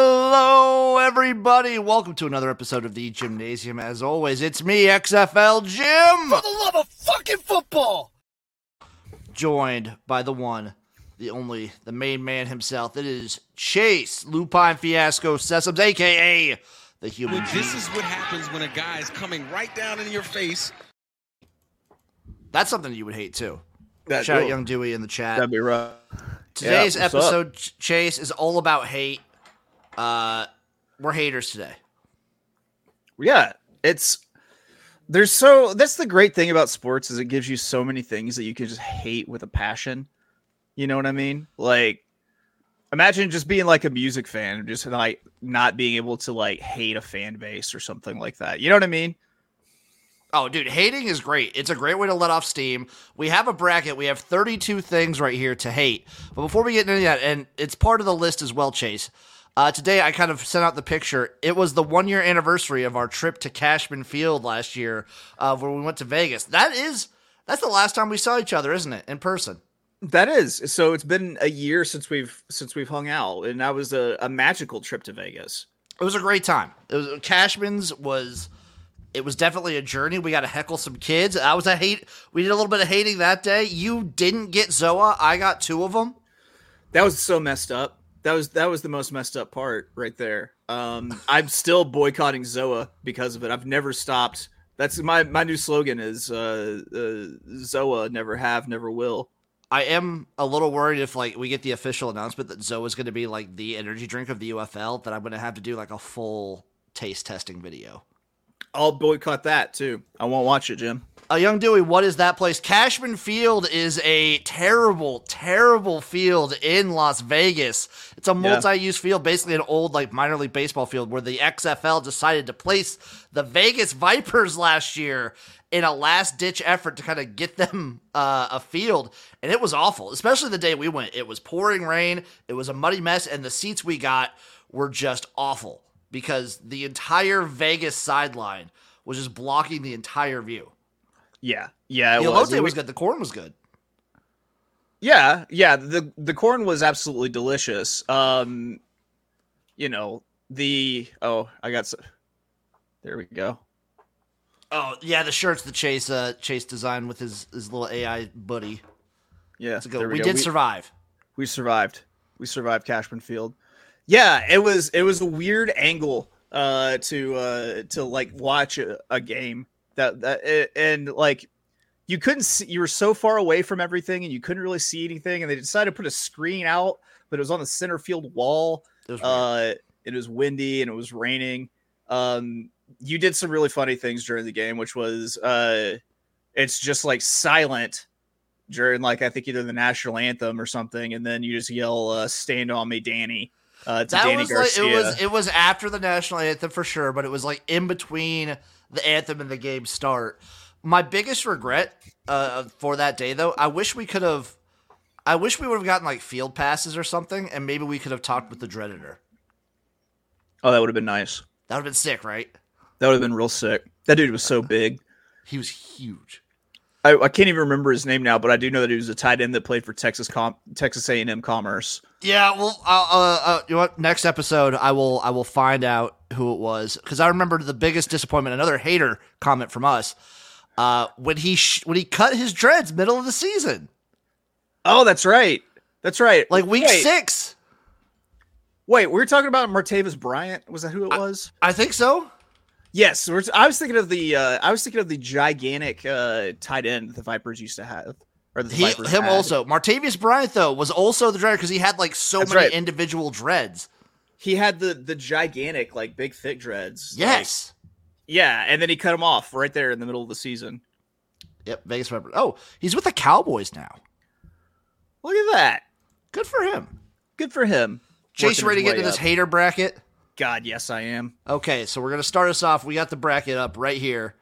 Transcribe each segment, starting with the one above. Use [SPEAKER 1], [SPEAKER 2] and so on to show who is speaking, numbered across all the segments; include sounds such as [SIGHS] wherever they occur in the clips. [SPEAKER 1] Hello, everybody. Welcome to another episode of the Gymnasium. As always, it's me, XFL Jim,
[SPEAKER 2] the love of fucking football.
[SPEAKER 1] joined by the one, the only, the main man himself. It is Chase Lupine Fiasco Sessoms, aka the Human.
[SPEAKER 3] Well,
[SPEAKER 1] Gene.
[SPEAKER 3] this is what happens when a guy is coming right down in your face.
[SPEAKER 1] That's something you would hate too.
[SPEAKER 4] That-
[SPEAKER 1] Shout out
[SPEAKER 4] oh,
[SPEAKER 1] Young Dewey in the chat.
[SPEAKER 4] That'd be rough.
[SPEAKER 1] Today's
[SPEAKER 4] Yeah, what's up?
[SPEAKER 1] episode, Ch- Chase, is all about hate. Uh, we're haters today.
[SPEAKER 4] Yeah, it's there's so that's the great thing about sports is it gives you so many things that you can just hate with a passion. You know what I mean? Like, imagine just being like a music fan, and just like not being able to like hate a fan base or something like that. You know what I mean?
[SPEAKER 1] Oh, dude, hating is great. It's a great way to let off steam. We have a bracket. We have 32 things right here to hate. But before we get into that, and it's part of the list as well, Chase. Uh, today, I kind of sent out the picture. It was the one year anniversary of our trip to Cashman Field last year, uh, where we went to Vegas. That is, that's the last time we saw each other, isn't it? In person.
[SPEAKER 4] That is. So it's been a year since we've since we've hung out, and that was a, a magical trip to Vegas.
[SPEAKER 1] It was a great time. It was Cashman's was it was definitely a journey. We got to heckle some kids. I was a hate. We did a little bit of hating that day. You didn't get Zoa. I got two of them.
[SPEAKER 4] That was so messed up. That was that was the most messed up part right there. [LAUGHS] Um, I'm still boycotting Zoa because of it. I've never stopped. That's my my new slogan is uh, uh, Zoa never have never will.
[SPEAKER 1] I am a little worried if like we get the official announcement that Zoa's going to be like the energy drink of the UFL that I'm going to have to do like a full taste testing video.
[SPEAKER 4] I'll boycott that too. I won't watch it, Jim.
[SPEAKER 1] Uh, Young Dewey, what is that place? Cashman Field is a terrible, terrible field in Las Vegas. It's a multi-use field, basically an old like minor league baseball field where the XFL decided to place the Vegas Vipers last year in a last-ditch effort to kind of get them uh, a field, and it was awful. Especially the day we went, it was pouring rain, it was a muddy mess, and the seats we got were just awful because the entire Vegas sideline was just blocking the entire view.
[SPEAKER 4] Yeah, yeah, it
[SPEAKER 1] The
[SPEAKER 4] was.
[SPEAKER 1] elote
[SPEAKER 4] We-
[SPEAKER 1] was good. The corn was good.
[SPEAKER 4] Yeah, yeah. The the corn was absolutely delicious. Um, you know the oh, I got. s there we go.
[SPEAKER 1] Oh yeah, the shirts the Chase uh, Chase designed with his his little AI buddy.
[SPEAKER 4] Yeah,
[SPEAKER 1] It's a good-
[SPEAKER 4] there
[SPEAKER 1] We,
[SPEAKER 4] go.
[SPEAKER 1] did survive.
[SPEAKER 4] we survived. We survived Cashman Field. Yeah, it was it was a weird angle uh to uh to like watch a, a game that that eh, and like you couldn't see you were so far away from everything and you couldn't really see anything and they decided to put a screen out but it was on the center field wall
[SPEAKER 1] It was weird.
[SPEAKER 4] uh it was windy and it was raining um you did some really funny things during the game which was uh it's just like silent during like i think either the national anthem or something and then you just yell uh, stand on me danny uh to
[SPEAKER 1] that
[SPEAKER 4] danny
[SPEAKER 1] was
[SPEAKER 4] garcia
[SPEAKER 1] like it was it was after the national anthem for sure, but it was like in between the anthem and the game start. My biggest regret uh, for that day though, I wish we could have. I wish we would have gotten like field passes or something, and maybe we could have talked with the Dreaditor.
[SPEAKER 4] oh that would have been nice
[SPEAKER 1] That would have been sick, right?
[SPEAKER 4] that would have been real sick that dude was so big
[SPEAKER 1] He was huge.
[SPEAKER 4] I, I can't even remember his name now, but I do know that he was a tight end that played for Texas Com- Texas A and M Commerce.
[SPEAKER 1] Yeah, well, uh, uh, uh, you know what? Next episode, I will I will find out who it was because I remember the biggest disappointment. Another hater comment from us uh, when he sh- when he cut his dreads middle of the season,
[SPEAKER 4] Oh, that's right, that's right.
[SPEAKER 1] like week
[SPEAKER 4] Wait.
[SPEAKER 1] six.
[SPEAKER 4] Wait, we were talking about Martavis Bryant. Was that who it was?
[SPEAKER 1] I think so.
[SPEAKER 4] yes, we're, I was thinking of the uh, I was thinking of the gigantic uh, tight end the Vipers used to have, or the
[SPEAKER 1] He,
[SPEAKER 4] Vipers
[SPEAKER 1] him
[SPEAKER 4] had.
[SPEAKER 1] also. Martavius Bryant though was also the dread because he had like so
[SPEAKER 4] That's
[SPEAKER 1] many
[SPEAKER 4] right.
[SPEAKER 1] individual dreads.
[SPEAKER 4] He had the the gigantic like big thick dreads. like-
[SPEAKER 1] Yes.
[SPEAKER 4] yeah, and then he cut him off right there in the middle of the season.
[SPEAKER 1] yep. Vegas Viper. Oh, he's with the Cowboys now.
[SPEAKER 4] Look at that.
[SPEAKER 1] Good for him.
[SPEAKER 4] Good for him.
[SPEAKER 1] Chase,
[SPEAKER 4] Working
[SPEAKER 1] ready to
[SPEAKER 4] his
[SPEAKER 1] get into
[SPEAKER 4] way
[SPEAKER 1] this
[SPEAKER 4] up.
[SPEAKER 1] hater bracket?
[SPEAKER 4] God, yes, I am.
[SPEAKER 1] Okay, so we're gonna start us off. We got the bracket up right here.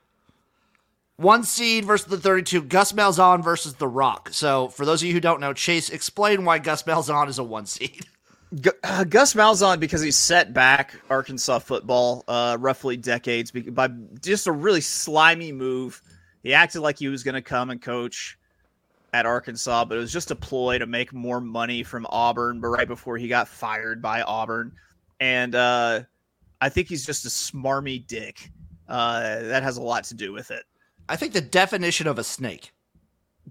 [SPEAKER 1] One seed versus the 32. Gus Malzahn versus The Rock. So, for those of you who don't know, Chase, explain why Gus Malzahn is a one seed.
[SPEAKER 4] Gu- uh, Gus Malzahn because he set back Arkansas football uh, roughly decades be- by just a really slimy move. He acted like he was going to come and coach at Arkansas, but it was just a ploy to make more money from Auburn. But right before he got fired by Auburn, and uh, I think he's just a smarmy dick. Uh, that has a lot to do with it.
[SPEAKER 1] I think the definition of a snake.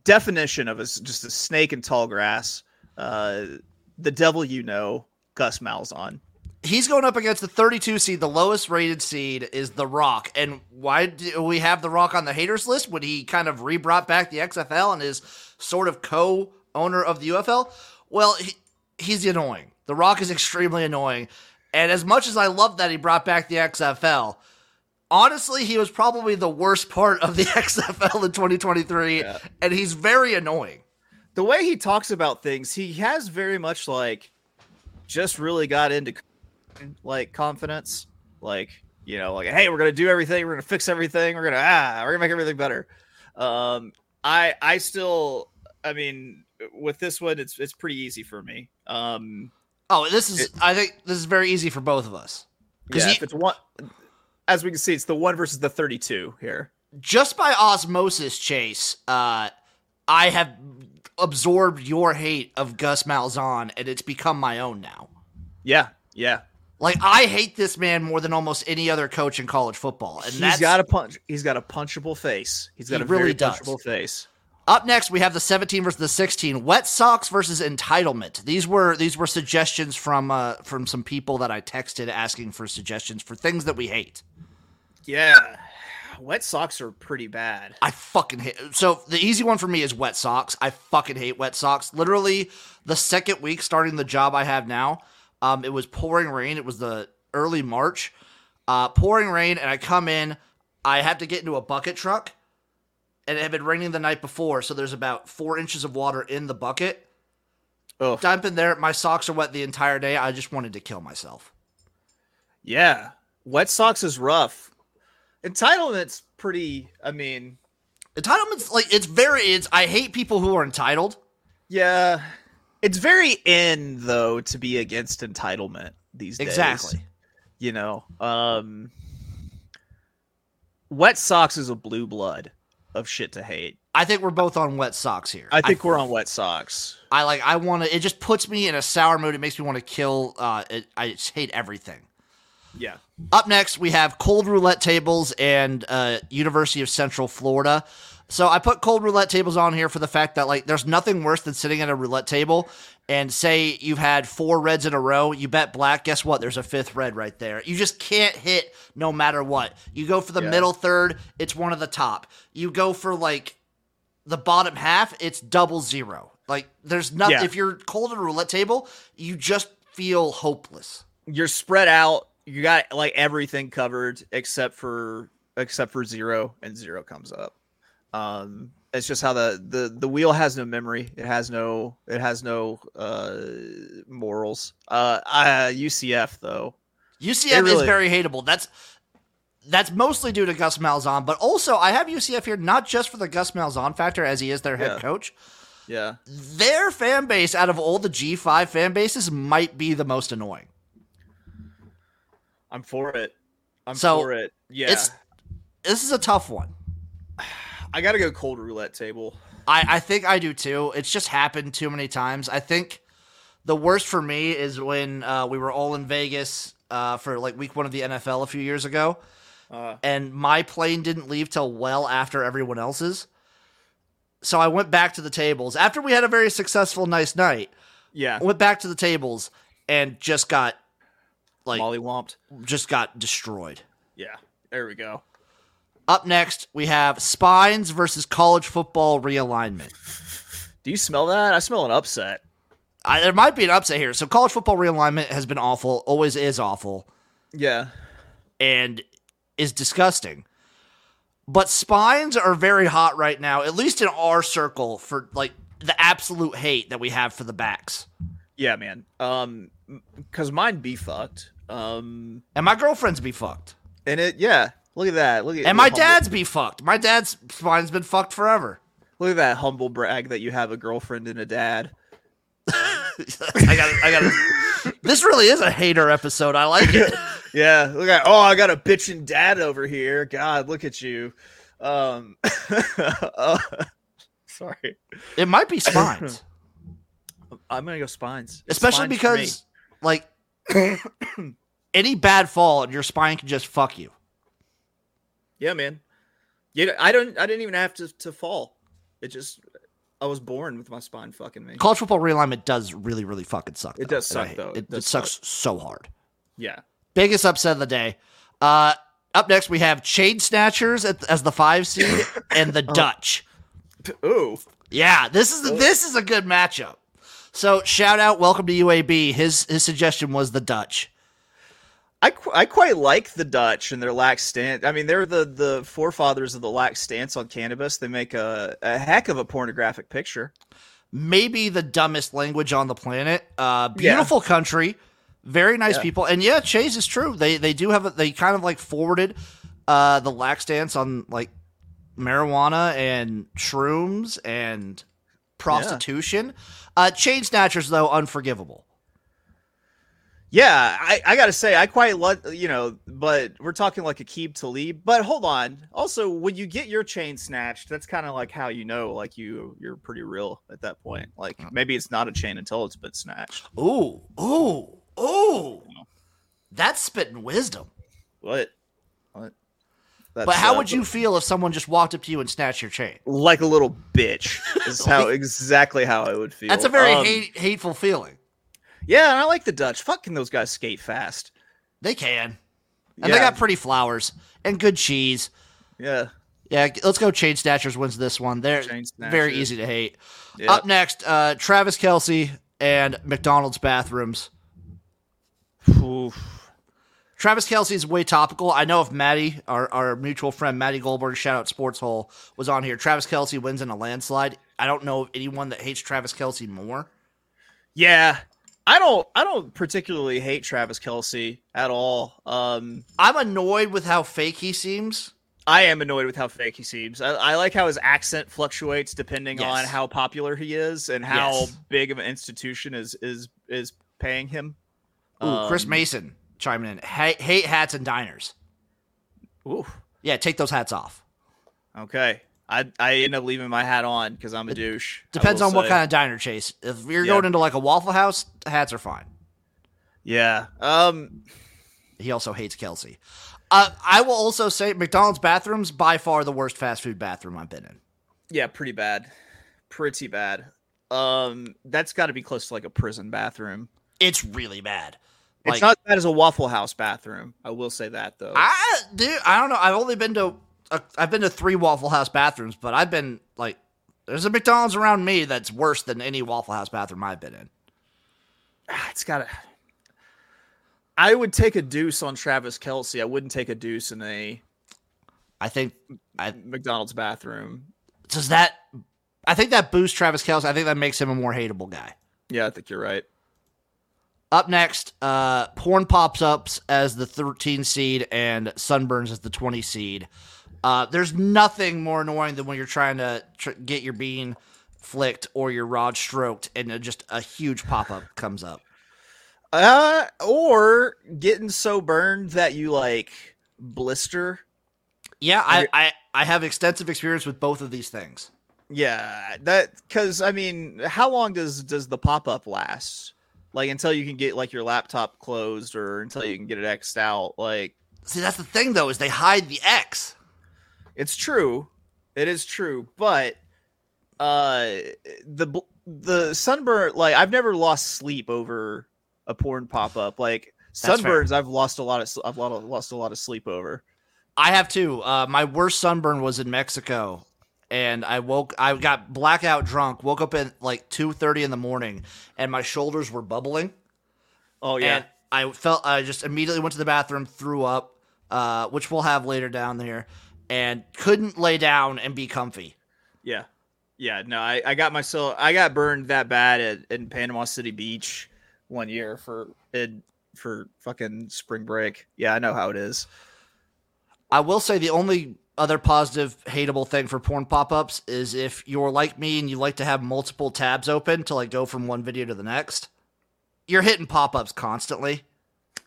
[SPEAKER 4] Definition of a, just a snake in tall grass. Uh, the devil you know, Gus Malzahn.
[SPEAKER 1] He's going up against the 32 seed. The lowest rated seed is The Rock. And why do we have The Rock on the haters list when he kind of re brought back the XFL and is sort of co owner of the UFL? Well, he, he's annoying. The Rock is extremely annoying. And as much as I love that he brought back the XFL, honestly, he was probably the worst part of the [LAUGHS] XFL in 2023. Yeah. And he's very annoying.
[SPEAKER 4] The way he talks about things, he has very much like just really got into like confidence. Like, you know, like, hey, we're going to do everything. We're going to fix everything. We're going to, ah, we're going to make everything better. Um, I, I still, I mean, with this one, it's it's pretty easy for me. Um,
[SPEAKER 1] oh, this is it, I think this is very easy for both of us.
[SPEAKER 4] Yeah, he, it's one, as we can see, it's the one versus the thirty-two here.
[SPEAKER 1] Just by osmosis, Chase, uh, I have absorbed your hate of Gus Malzahn, and it's become my own now.
[SPEAKER 4] Yeah, yeah.
[SPEAKER 1] Like I hate this man more than almost any other coach in college football, and
[SPEAKER 4] he's got a punch. He's got a punchable face. He's got he a really very does. punchable face.
[SPEAKER 1] Up next, we have the 17 versus the 16. Wet socks versus entitlement. These were these were suggestions from uh, from some people that I texted asking for suggestions for things that we hate.
[SPEAKER 4] Yeah, wet socks are pretty bad.
[SPEAKER 1] I fucking hate. So the easy one for me is wet socks. I fucking hate wet socks. Literally, the second week starting the job I have now, um, it was pouring rain. It was the early March, uh, pouring rain, and I come in. I have to get into a bucket truck and it had been raining the night before, so there's about four inches of water in the bucket. Oh, dump in there. My socks are wet the entire day. I just wanted to kill myself.
[SPEAKER 4] Yeah, wet socks is rough. Entitlement's pretty. I mean,
[SPEAKER 1] entitlement's like it's very. It's I hate people who are entitled.
[SPEAKER 4] Yeah, it's very in though to be against entitlement these days.
[SPEAKER 1] Exactly.
[SPEAKER 4] You know, um, wet socks is a blue blood of shit to hate.
[SPEAKER 1] I think we're both on wet socks here.
[SPEAKER 4] I think I, we're on wet socks.
[SPEAKER 1] I like. I want to. It just puts me in a sour mood. It makes me want to kill. Uh, it, I just hate everything.
[SPEAKER 4] Yeah.
[SPEAKER 1] Up next, we have cold roulette tables and uh, University of Central Florida. So I put cold roulette tables on here for the fact that like there's nothing worse than sitting at a roulette table and say you've had four reds in a row, you bet black, guess what? There's a fifth red right there. You just can't hit no matter what. You go for the yeah. middle third, it's one of the top. You go for like the bottom half, it's double zero. Like there's nothing yeah. if you're cold at a roulette table, you just feel hopeless.
[SPEAKER 4] You're spread out. You got like everything covered except for except for zero and zero comes up um it's just how the the the wheel has no memory it has no it has no uh morals uh, uh ucf though
[SPEAKER 1] ucf really... is very hateable that's that's mostly due to Gus Malzahn, but also I have UCF here not just for the Gus Malzahn factor, as he is their head
[SPEAKER 4] yeah.
[SPEAKER 1] coach.
[SPEAKER 4] Yeah,
[SPEAKER 1] their fan base out of all the G five fan bases might be the most annoying.
[SPEAKER 4] I'm for it. I'm so for it. Yeah,
[SPEAKER 1] this is a tough one.
[SPEAKER 4] I gotta go cold roulette table.
[SPEAKER 1] I, I think I do too. It's just happened too many times. I think the worst for me is when uh, we were all in Vegas uh, for like week one of the NFL a few years ago, uh, and my plane didn't leave till well after everyone else's. So I went back to the tables after we had a very successful, nice night.
[SPEAKER 4] Yeah,
[SPEAKER 1] I went back to the tables and just got like
[SPEAKER 4] mollywomped,
[SPEAKER 1] just got destroyed.
[SPEAKER 4] Yeah, there we go.
[SPEAKER 1] Up next, we have spines versus college football realignment.
[SPEAKER 4] Do you smell that? I smell an upset.
[SPEAKER 1] I, there might be an upset here. So college football realignment has been awful, always is awful.
[SPEAKER 4] Yeah,
[SPEAKER 1] and is disgusting. But spines are very hot right now, at least in our circle for like the absolute hate that we have for the backs.
[SPEAKER 4] Yeah, man. Um, because mine be fucked. Um,
[SPEAKER 1] and my girlfriend's be fucked.
[SPEAKER 4] And it, yeah, Look at that. Look at
[SPEAKER 1] and my humble. dad's be fucked. My dad's spine's been fucked forever.
[SPEAKER 4] Look at that humble brag that you have a girlfriend and a dad.
[SPEAKER 1] I got. I got. this really is a hater episode. I like it.
[SPEAKER 4] [LAUGHS] yeah. Look at. Oh, I got a bitching dad over here. God, look at you. Um. [LAUGHS] uh, sorry.
[SPEAKER 1] It might be spines.
[SPEAKER 4] I'm gonna go spines,
[SPEAKER 1] especially spines because, like, any bad fall, and your spine can just fuck you.
[SPEAKER 4] Yeah, man. Yeah, I don't. I didn't even have to to fall. It just. I was born with my spine fucking me.
[SPEAKER 1] College football realignment does really, really fucking suck.
[SPEAKER 4] It
[SPEAKER 1] though,
[SPEAKER 4] does
[SPEAKER 1] and I
[SPEAKER 4] suck,
[SPEAKER 1] hate-
[SPEAKER 4] though. It
[SPEAKER 1] It, it,
[SPEAKER 4] does
[SPEAKER 1] sucks so hard.
[SPEAKER 4] Yeah.
[SPEAKER 1] Biggest upset of the day. Uh, up next, we have Chain Snatchers at, as the five
[SPEAKER 4] [LAUGHS]
[SPEAKER 1] seed and the Dutch.
[SPEAKER 4] P- Ooh.
[SPEAKER 1] Yeah, this is
[SPEAKER 4] Oh.
[SPEAKER 1] this is a good matchup. So shout out, welcome to UAB. His his suggestion was the Dutch.
[SPEAKER 4] I, qu- I quite like the Dutch and their lax stance. I mean, they're the, the forefathers of the lax stance on cannabis. They make a, a heck of a pornographic picture.
[SPEAKER 1] maybe the dumbest language on the planet. Uh, beautiful country, very nice people, and yeah, Chase is true. They they do have a, they kind of like forwarded uh, the lax stance on like marijuana and shrooms and prostitution. Uh, chain snatchers though unforgivable.
[SPEAKER 4] Yeah, I, I gotta say, I quite love, you know, but we're talking like Akib Talib. But hold on. Also, when you get your chain snatched, that's kind of like how you know, like you you're pretty real at that point. Like
[SPEAKER 1] Mm-hmm.
[SPEAKER 4] maybe it's not a chain until it's been snatched.
[SPEAKER 1] Ooh ooh ooh, that's spitting wisdom.
[SPEAKER 4] What? What? That's,
[SPEAKER 1] But how
[SPEAKER 4] uh,
[SPEAKER 1] would you feel if someone just walked up to you and snatched your chain?
[SPEAKER 4] Like a little bitch
[SPEAKER 1] [LAUGHS]
[SPEAKER 4] is how exactly how I would feel.
[SPEAKER 1] That's a very
[SPEAKER 4] Um,
[SPEAKER 1] hate, hateful feeling.
[SPEAKER 4] Yeah, and I like the Dutch. Fucking those guys skate fast.
[SPEAKER 1] They can. And
[SPEAKER 4] yeah,
[SPEAKER 1] they got pretty flowers and good cheese.
[SPEAKER 4] yeah.
[SPEAKER 1] Yeah, g- let's go. Chain Snatchers wins this one. They're
[SPEAKER 4] Chain Snatchers.
[SPEAKER 1] very easy to hate.
[SPEAKER 4] yeah.
[SPEAKER 1] Up next, uh, Travis Kelsey and McDonald's bathrooms. Uh,
[SPEAKER 4] Oof.
[SPEAKER 1] Travis Kelsey is way topical. I know if Maddie, our, our mutual friend Maddie Goldberg, shout out Sports Hole, was on here, Travis Kelsey wins in a landslide. I don't know of anyone that hates Travis Kelsey more.
[SPEAKER 4] Yeah. I don't I don't particularly hate Travis Kelsey at all. Um
[SPEAKER 1] I'm annoyed with how fake he seems.
[SPEAKER 4] I am annoyed with how fake he seems. I, I like how his accent fluctuates depending
[SPEAKER 1] Yes.
[SPEAKER 4] on how popular he is and how
[SPEAKER 1] Yes.
[SPEAKER 4] big of an institution is is is paying him.
[SPEAKER 1] Ooh, Chris
[SPEAKER 4] Um,
[SPEAKER 1] Mason chiming in. Ha- hate hats and diners.
[SPEAKER 4] ooh,
[SPEAKER 1] Yeah, take those hats off.
[SPEAKER 4] okay. I I end up leaving my hat on because I'm a douche. I
[SPEAKER 1] Depends
[SPEAKER 4] will
[SPEAKER 1] on what
[SPEAKER 4] say.
[SPEAKER 1] kind of diner, Chase. If you're
[SPEAKER 4] Yeah.
[SPEAKER 1] going into like a Waffle House, hats are fine.
[SPEAKER 4] Yeah. Um.
[SPEAKER 1] He also hates Kelsey. Uh, I will also say McDonald's bathrooms by far the worst fast food bathroom I've been in.
[SPEAKER 4] Yeah. Pretty bad. Pretty bad. Um. That's got to be close to like a prison bathroom.
[SPEAKER 1] It's really bad.
[SPEAKER 4] it's not as bad as a Waffle House bathroom. I will say that though.
[SPEAKER 1] I dude, I don't know. I've only been to uh, I've been to three Waffle House bathrooms, but I've been like there's a McDonald's around me that's worse than any Waffle House bathroom I've been in.
[SPEAKER 4] Ah, it's gotta. I would take a deuce on Travis Kelsey. I wouldn't take a deuce in a
[SPEAKER 1] I think I
[SPEAKER 4] McDonald's bathroom.
[SPEAKER 1] does that I think that boosts Travis Kelsey. I think that makes him a more hateable guy.
[SPEAKER 4] Yeah, I think you're right.
[SPEAKER 1] Up next, uh, porn pops ups as the 13 seed and sunburns as the 20 seed. Uh, there's nothing more annoying than when you're trying to tr- get your bean flicked or your rod stroked, and uh, just a huge pop up comes up.
[SPEAKER 4] Uh, or getting so burned that you like blister.
[SPEAKER 1] Yeah, I, I I have extensive experience with both of these things.
[SPEAKER 4] Yeah, that because I mean, how long does does the pop up last? Like until you can get like your laptop closed or until you can get it xed out. Like
[SPEAKER 1] See, that's the thing though is they hide the X.
[SPEAKER 4] it's true it is true but uh the bl- the sunburn like i've never lost sleep over a porn pop-up like
[SPEAKER 1] That's fair.
[SPEAKER 4] sunburns i've lost a lot of s- i've lot of- lost a lot of sleep over
[SPEAKER 1] I have too. Uh, my worst sunburn was in Mexico, and I woke. I got blackout drunk. Woke up at like two thirty in the morning, and my shoulders were bubbling.
[SPEAKER 4] oh yeah
[SPEAKER 1] And I felt I just immediately went to the bathroom, threw up, uh, which we'll have later down there, and couldn't lay down and be comfy.
[SPEAKER 4] yeah yeah no i i got myself i got burned that bad at, in panama city beach one year for in for fucking spring break yeah i know how it is
[SPEAKER 1] I will say the only other positive hateable thing for porn pop-ups is if you're like me and you like to have multiple tabs open to like go from one video to the next. You're hitting pop-ups constantly.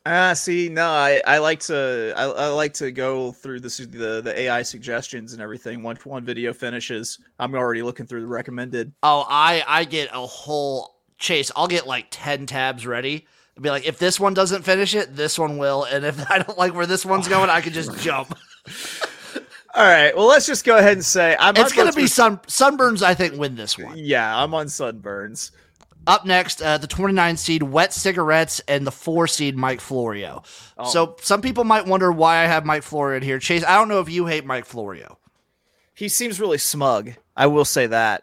[SPEAKER 4] Ah, see, no, I, I like to I, I like to go through the, su- the the AI suggestions and everything. Once one video finishes, I'm already looking through the recommended.
[SPEAKER 1] Oh, I I get a whole chase. I'll get like 10 tabs ready I'd be like, if this one doesn't finish it, this one will. And if [LAUGHS] I don't like where this one's going, I could
[SPEAKER 4] [LAUGHS]
[SPEAKER 1] just jump.
[SPEAKER 4] All right. Well, let's just go ahead and say I'm.
[SPEAKER 1] It's going to be sun sunburns. I think win this one.
[SPEAKER 4] Yeah, I'm on sunburns.
[SPEAKER 1] Up next, uh, the 29 seed Wet Cigarettes and the 4 seed Mike Florio.
[SPEAKER 4] Oh.
[SPEAKER 1] So some people might wonder why I have Mike Florio in here. Chase, I don't know if you hate Mike Florio.
[SPEAKER 4] He seems really smug. I will say that.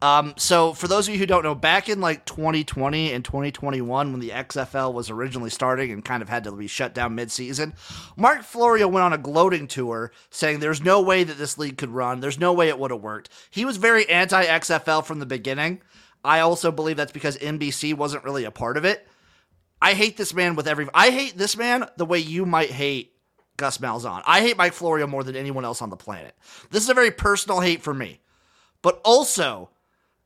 [SPEAKER 1] Um, so for those of you who don't know, back in like 2020 and 2021, when the XFL was originally starting and kind of had to be shut down midseason, Mark Florio went on a gloating tour saying there's no way that this league could run. There's no way it would have worked. He was very anti XFL from the beginning. I also believe that's because NBC wasn't really a part of it. I hate this man with every. I hate this man the way you might hate Gus Malzahn. I hate Mike Florio more than anyone else on the planet. This is a very personal hate for me. But also,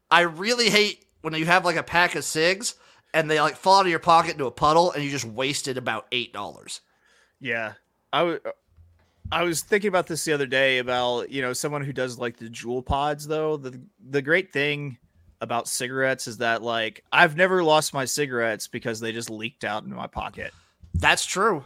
[SPEAKER 1] I really hate when you have like a pack of cigs and they like fall out of your pocket into a puddle and you just wasted about eight dollars.
[SPEAKER 4] Yeah, I was. I was thinking about this the other day about you know someone who does like the jewel pods though. The the great thing about cigarettes is that like I've never lost my cigarettes because they just leaked out into my pocket.
[SPEAKER 1] That's true.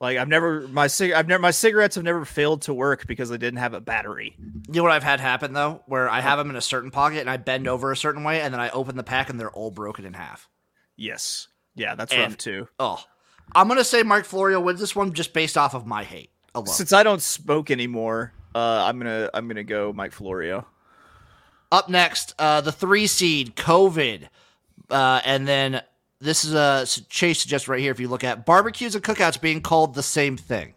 [SPEAKER 4] Like I've never my cig I've never my cigarettes have never failed to work because they didn't have a battery.
[SPEAKER 1] You know what I've had happen though, where I have them in a certain pocket and I bend over a certain way and then I open the pack and they're all broken in half.
[SPEAKER 4] Yes. Yeah, that's rough
[SPEAKER 1] And-
[SPEAKER 4] too.
[SPEAKER 1] Oh, I'm gonna say Mark Florio wins this one just based off of my hate alone.
[SPEAKER 4] Since I don't smoke anymore, uh, I'm gonna I'm gonna go Mike Florio.
[SPEAKER 1] Up next, uh, the three seed COVID, uh, and then this is a Chase suggests right here. If you look at barbecues and cookouts being called the same thing,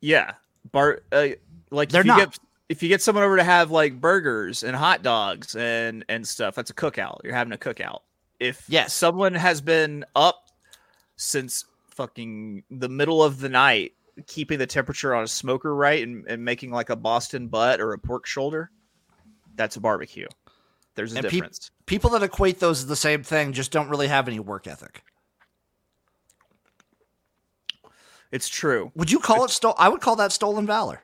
[SPEAKER 4] Yeah, bar uh, like
[SPEAKER 1] They're
[SPEAKER 4] if you
[SPEAKER 1] not.
[SPEAKER 4] get if you get someone over to have like burgers and hot dogs and and stuff, that's a cookout. You're having a cookout. If
[SPEAKER 1] Yes.
[SPEAKER 4] someone has been up since fucking the middle of the night, keeping the temperature on a smoker right and, and making like a Boston butt or a pork shoulder, that's a barbecue. There's a
[SPEAKER 1] And peop-
[SPEAKER 4] difference.
[SPEAKER 1] people that equate those as the same thing just don't really have any work ethic.
[SPEAKER 4] it's true.
[SPEAKER 1] Would you call it stole? I would call that stolen valor.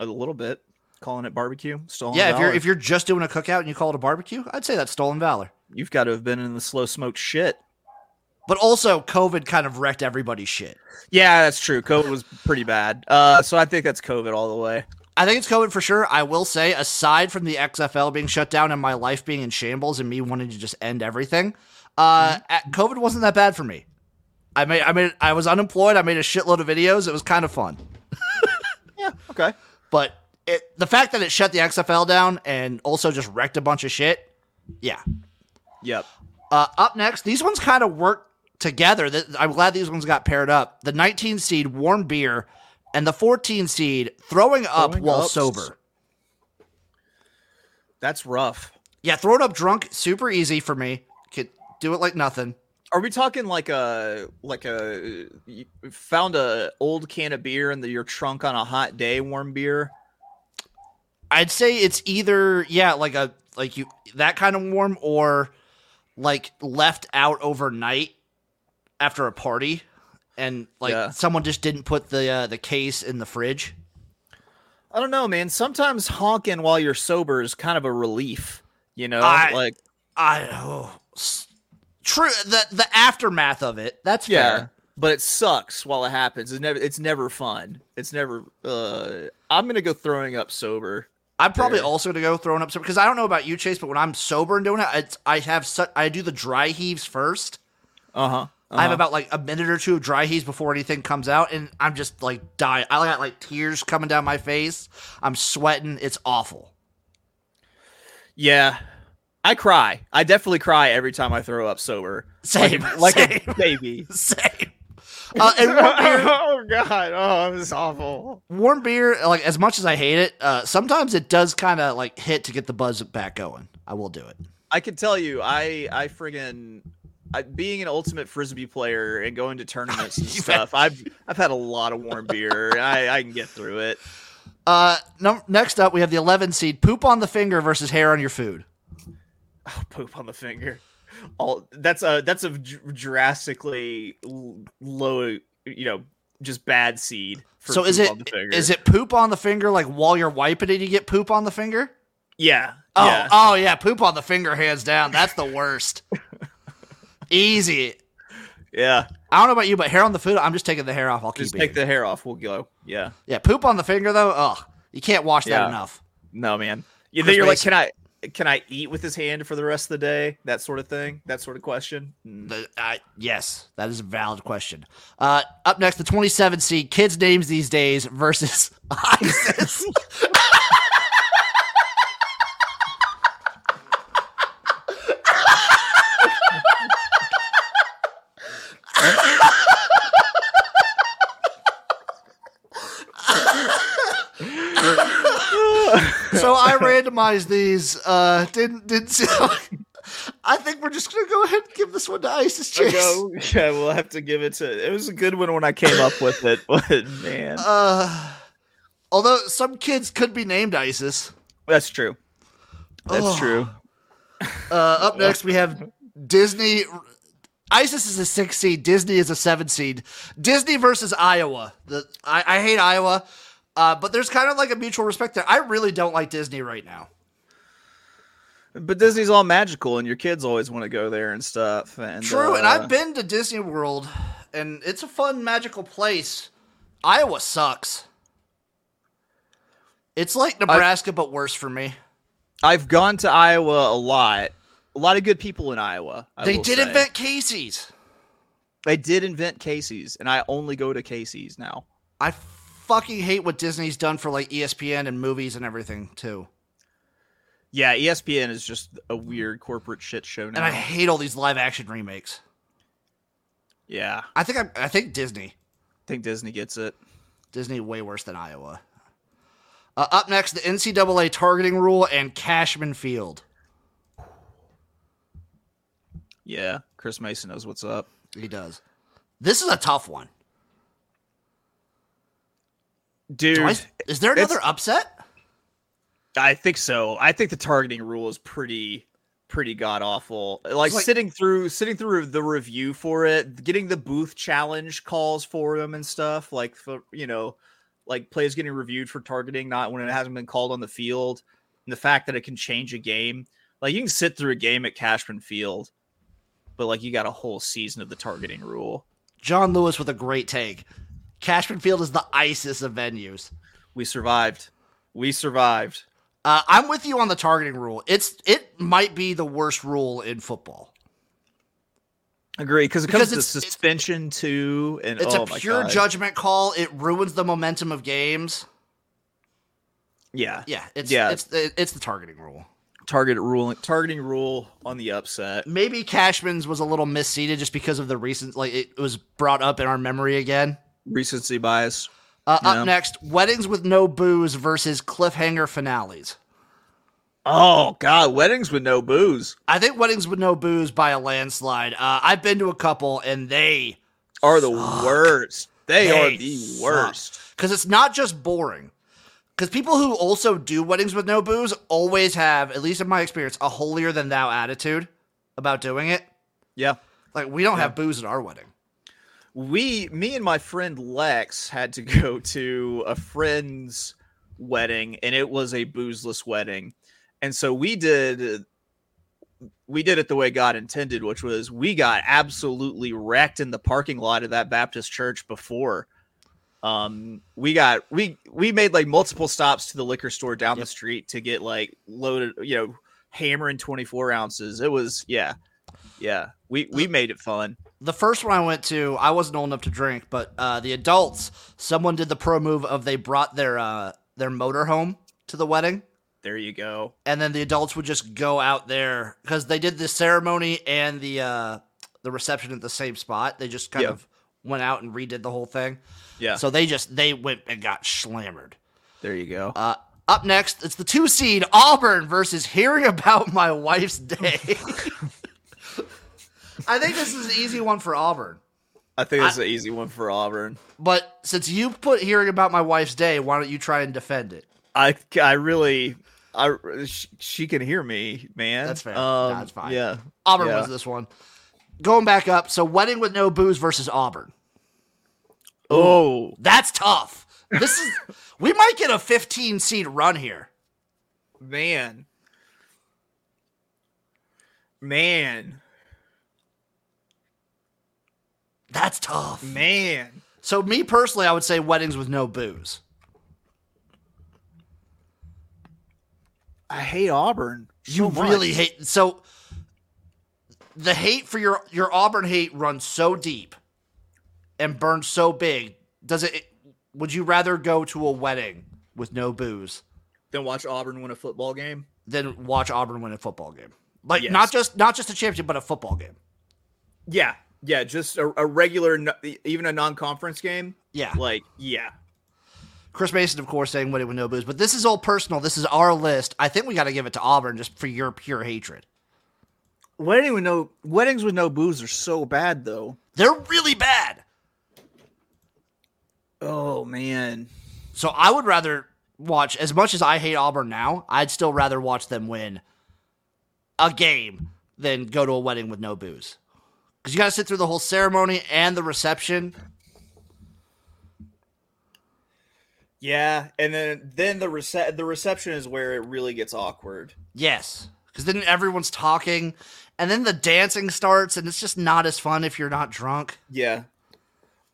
[SPEAKER 4] A little bit. Calling it barbecue, stolen.
[SPEAKER 1] yeah, if you're
[SPEAKER 4] valor.
[SPEAKER 1] if you're just doing a cookout and you call it a barbecue, I'd say that's stolen valor.
[SPEAKER 4] you've got to have been in the slow smoked shit.
[SPEAKER 1] But also, COVID kind of wrecked everybody's shit.
[SPEAKER 4] Yeah, that's true. COVID was pretty bad. Uh, so I think that's COVID all the way.
[SPEAKER 1] I think it's COVID for sure. I will say, aside from the XFL being shut down and my life being in shambles and me wanting to just end everything, uh,
[SPEAKER 4] Mm-hmm.
[SPEAKER 1] at- COVID wasn't that bad for me. I made, I made, I was unemployed. I made a shitload of videos. It was kind of fun,
[SPEAKER 4] Yeah. Okay.
[SPEAKER 1] but it, the fact that it shut the XFL down and also just wrecked a bunch of shit, yeah.
[SPEAKER 4] Yep.
[SPEAKER 1] Uh, up next, these ones kind of work together. Th- I'm glad these ones got paired up. The 19 seed warm beer, and the 14 seed throwing up
[SPEAKER 4] Throwing
[SPEAKER 1] while
[SPEAKER 4] up.
[SPEAKER 1] sober.
[SPEAKER 4] That's rough.
[SPEAKER 1] Yeah, throw it up drunk, super easy for me. Could do it like nothing.
[SPEAKER 4] Are we talking like a like a you found a old can of beer in the, your trunk on a hot day, warm beer?
[SPEAKER 1] I'd say it's either yeah, like a like you that kind of warm or like left out overnight after a party and like
[SPEAKER 4] Yeah.
[SPEAKER 1] someone just didn't put the uh, the case in the fridge.
[SPEAKER 4] I don't know, man. Sometimes honking while you're sober is kind of a relief. You know,
[SPEAKER 1] I-
[SPEAKER 4] like
[SPEAKER 1] I oh, s- true the the aftermath of it. That's
[SPEAKER 4] yeah.
[SPEAKER 1] fair.
[SPEAKER 4] But it sucks while it happens. It's never it's never fun. It's never uh I'm gonna go throwing up sober.
[SPEAKER 1] I'm probably
[SPEAKER 4] Fair.
[SPEAKER 1] also gonna go throwing up some because I don't know about you, Chase, but when I'm sober and doing it, it's, I have such I do the dry heaves first.
[SPEAKER 4] Uh-huh.
[SPEAKER 1] I have about like a minute or two of dry heaves before anything comes out, and I'm just like dying. I got like tears coming down my face. I'm sweating. It's awful.
[SPEAKER 4] Yeah. I cry. I definitely cry every time I throw up sober.
[SPEAKER 1] Same,
[SPEAKER 4] Like
[SPEAKER 1] same,
[SPEAKER 4] a baby.
[SPEAKER 1] same. Uh, [LAUGHS] and warm beer,
[SPEAKER 4] [LAUGHS] god. Oh, this is awful.
[SPEAKER 1] warm beer, like as much as I hate it, uh, sometimes it does kind of like hit to get the buzz back going. I will do it.
[SPEAKER 4] I can tell you, I I friggin' I, being an ultimate frisbee player and going to tournaments and
[SPEAKER 1] [LAUGHS] You bet.
[SPEAKER 4] stuff, I've I've had a lot of warm beer. and I, I can get through it.
[SPEAKER 1] Uh, num- next up, we have the 11 seed poop on the finger versus hair on your food.
[SPEAKER 4] Oh, poop on the finger. All that's a that's a dr- drastically l- low, you know, just bad seed. For
[SPEAKER 1] so is
[SPEAKER 4] poop
[SPEAKER 1] it
[SPEAKER 4] on the finger.
[SPEAKER 1] is it poop on the finger like while you're wiping it you get poop on the finger?
[SPEAKER 4] Yeah,
[SPEAKER 1] Oh,
[SPEAKER 4] Yeah.
[SPEAKER 1] oh yeah, poop on the finger, hands down. That's the
[SPEAKER 4] [LAUGHS]
[SPEAKER 1] worst. Easy.
[SPEAKER 4] Yeah,
[SPEAKER 1] I don't know about you, but hair on the food, I'm just taking the hair off. I'll keep
[SPEAKER 4] just
[SPEAKER 1] it.
[SPEAKER 4] take the hair off. We'll go. Yeah.
[SPEAKER 1] yeah, poop on the finger though. Ugh, you can't wash that
[SPEAKER 4] Yeah.
[SPEAKER 1] enough.
[SPEAKER 4] No, man. You
[SPEAKER 1] Chris
[SPEAKER 4] think you're like,
[SPEAKER 1] Mason.
[SPEAKER 4] can I can I eat with his hand for the rest of the day? That sort of thing. That sort of question. Mm.
[SPEAKER 1] The- I- yes, that is a valid question. Uh, up next, the 27 seed kids' names these days versus [LAUGHS] ISIS. so
[SPEAKER 4] [LAUGHS]
[SPEAKER 1] I randomized these. Uh, didn't didn't. See, I think we're just gonna go ahead and give this one to ISIS. Chase.
[SPEAKER 4] Go-
[SPEAKER 1] [LAUGHS]
[SPEAKER 4] yeah, we'll have to give it to. It was a good one when I came up with it, [LAUGHS] but man,
[SPEAKER 1] Uh, although some kids could be named ISIS.
[SPEAKER 4] that's true. That's
[SPEAKER 1] Oh.
[SPEAKER 4] true.
[SPEAKER 1] Uh, up next, we have Disney. ISIS is a six seed. Disney is a seven seed. Disney versus Iowa. The I, I hate Iowa, uh, but there's kind of like a mutual respect there. I really don't like Disney right now.
[SPEAKER 4] But Disney's all magical, and your kids always want to go there and stuff. And
[SPEAKER 1] True, and
[SPEAKER 4] uh,
[SPEAKER 1] I've been to Disney World, and it's a fun, magical place. Iowa sucks. It's like Nebraska, but worse for me.
[SPEAKER 4] I've gone to Iowa a lot. A lot of good people in Iowa. I
[SPEAKER 1] they
[SPEAKER 4] will
[SPEAKER 1] did
[SPEAKER 4] say.
[SPEAKER 1] invent Casey's.
[SPEAKER 4] They did invent Casey's, and I only go to Casey's now.
[SPEAKER 1] I fucking hate what Disney's done for like E ESPN and movies and everything too.
[SPEAKER 4] Yeah, E ESPN is just a weird corporate shit show now.
[SPEAKER 1] And I hate all these live action remakes.
[SPEAKER 4] yeah, I
[SPEAKER 1] I think I'm, I think Disney
[SPEAKER 4] think Disney gets it.
[SPEAKER 1] Disney way worse than Iowa. Uh, up next, the NCAA targeting rule and Cashman Field.
[SPEAKER 4] Yeah, Chris Mason knows what's up.
[SPEAKER 1] He does. This is a tough one.
[SPEAKER 4] Dude,
[SPEAKER 1] Do I- is there
[SPEAKER 4] it's-
[SPEAKER 1] another upset?
[SPEAKER 4] I think so. I think the targeting rule is pretty pretty god awful. Like,
[SPEAKER 1] like-
[SPEAKER 4] sitting through sitting through the review for it, getting the booth challenge calls for them and stuff, like for, you know, like plays getting reviewed for targeting not when it hasn't been called on the field, and the fact that it can change a game. Like you can sit through a game at Cashman Field, but like you got a whole season of the targeting rule.
[SPEAKER 1] John Lewis with a great take. Cashman Field is the ISIS of venues.
[SPEAKER 4] We survived. We survived.
[SPEAKER 1] Uh, I'm with you on the targeting rule. It's it might be the worst rule in football.
[SPEAKER 4] Agree, because it
[SPEAKER 1] Because
[SPEAKER 4] comes to
[SPEAKER 1] it's- it's-
[SPEAKER 4] suspension too, and
[SPEAKER 1] It's
[SPEAKER 4] oh
[SPEAKER 1] a
[SPEAKER 4] my
[SPEAKER 1] pure
[SPEAKER 4] God.
[SPEAKER 1] judgment call. It ruins the momentum of games.
[SPEAKER 4] Yeah,
[SPEAKER 1] Yeah, it's
[SPEAKER 4] Yeah.
[SPEAKER 1] it's the it's the targeting rule.
[SPEAKER 4] target rule, targeting rule on the upset.
[SPEAKER 1] Maybe Cashman's was a little misseeded just because of the recent like it was brought up in our memory again.
[SPEAKER 4] Recency bias.
[SPEAKER 1] Uh,
[SPEAKER 4] Yeah.
[SPEAKER 1] Up next, weddings with no booze versus cliffhanger finales.
[SPEAKER 4] Oh God, weddings with no booze
[SPEAKER 1] I think weddings with no booze by a landslide. Uh, I've been to a couple and they
[SPEAKER 4] are the worst. They,
[SPEAKER 1] They
[SPEAKER 4] are the
[SPEAKER 1] suck.
[SPEAKER 4] worst.
[SPEAKER 1] because it's not just boring. Because people who also do weddings with no booze always have, at least in my experience, a holier than thou attitude about doing it.
[SPEAKER 4] Yeah,
[SPEAKER 1] Like we don't have booze at our wedding.
[SPEAKER 4] we, me and my friend Lex had to [LAUGHS] go to a friend's wedding, and it was a boozeless wedding, and so we did. We did it the way God intended, which was we got absolutely wrecked in the parking lot of that Baptist church before. Um, we got we we made like multiple stops to the liquor store down the street to get like loaded, you know, hammering twenty four ounces. It was yeah, yeah. We we made it fun.
[SPEAKER 1] The first one I went to, I wasn't old enough to drink, but uh, the adults, someone did the pro move of they brought their uh, their motor home to the wedding,
[SPEAKER 4] There you go.
[SPEAKER 1] and then the adults would just go out there because they did the ceremony and the uh, the reception at the same spot. They just kind
[SPEAKER 4] Yeah.
[SPEAKER 1] of went out and redid the whole thing.
[SPEAKER 4] Yeah.
[SPEAKER 1] So they just they went and got slammered.
[SPEAKER 4] There you go.
[SPEAKER 1] Uh, up next, it's the two seed Auburn versus hearing about my wife's day. [LAUGHS] I think this is an easy one for Auburn.
[SPEAKER 4] I think that's an easy one for Auburn.
[SPEAKER 1] But since you put hearing about my wife's day, why don't you try and defend it?
[SPEAKER 4] I I really I she, she can hear me, man.
[SPEAKER 1] That's fair.
[SPEAKER 4] Um,
[SPEAKER 1] That's fine.
[SPEAKER 4] Yeah.
[SPEAKER 1] Auburn
[SPEAKER 4] Yeah.
[SPEAKER 1] wins this one. Going back up, so wedding with no booze versus Auburn.
[SPEAKER 4] Oh
[SPEAKER 1] That's tough. [LAUGHS] This is we might get a 15 seed run here.
[SPEAKER 4] man. Man,
[SPEAKER 1] That's tough.
[SPEAKER 4] man.
[SPEAKER 1] So me personally, I would say weddings with no booze.
[SPEAKER 4] I hate Auburn.
[SPEAKER 1] You
[SPEAKER 4] so much.
[SPEAKER 1] really hate so the hate for your your Auburn hate runs so deep and burns so big. Does it would you rather go to a wedding with no booze
[SPEAKER 4] Then watch Auburn win a football game.
[SPEAKER 1] than watch Auburn win a football game? Like
[SPEAKER 4] Yes.
[SPEAKER 1] not just not just a championship, but a football game.
[SPEAKER 4] Yeah, yeah. Just a, a regular, no- even a non-conference game.
[SPEAKER 1] Yeah.
[SPEAKER 4] Like, yeah.
[SPEAKER 1] Chris Mason, of course, saying win it with no booze, but this is all personal. This is our list. I think we got to give it to Auburn just for your pure hatred.
[SPEAKER 4] Wedding with no weddings with no booze are so bad though.
[SPEAKER 1] They're really bad.
[SPEAKER 4] Oh man.
[SPEAKER 1] So I would rather watch as much as I hate Auburn now, I'd still rather watch them win a game than go to a wedding with no booze. Cuz you got to sit through the whole ceremony and the reception.
[SPEAKER 4] Yeah, and then then the rece- the reception is where it really gets awkward.
[SPEAKER 1] Yes, cuz then everyone's talking and then the dancing starts and it's just not as fun if you're not drunk.
[SPEAKER 4] Yeah.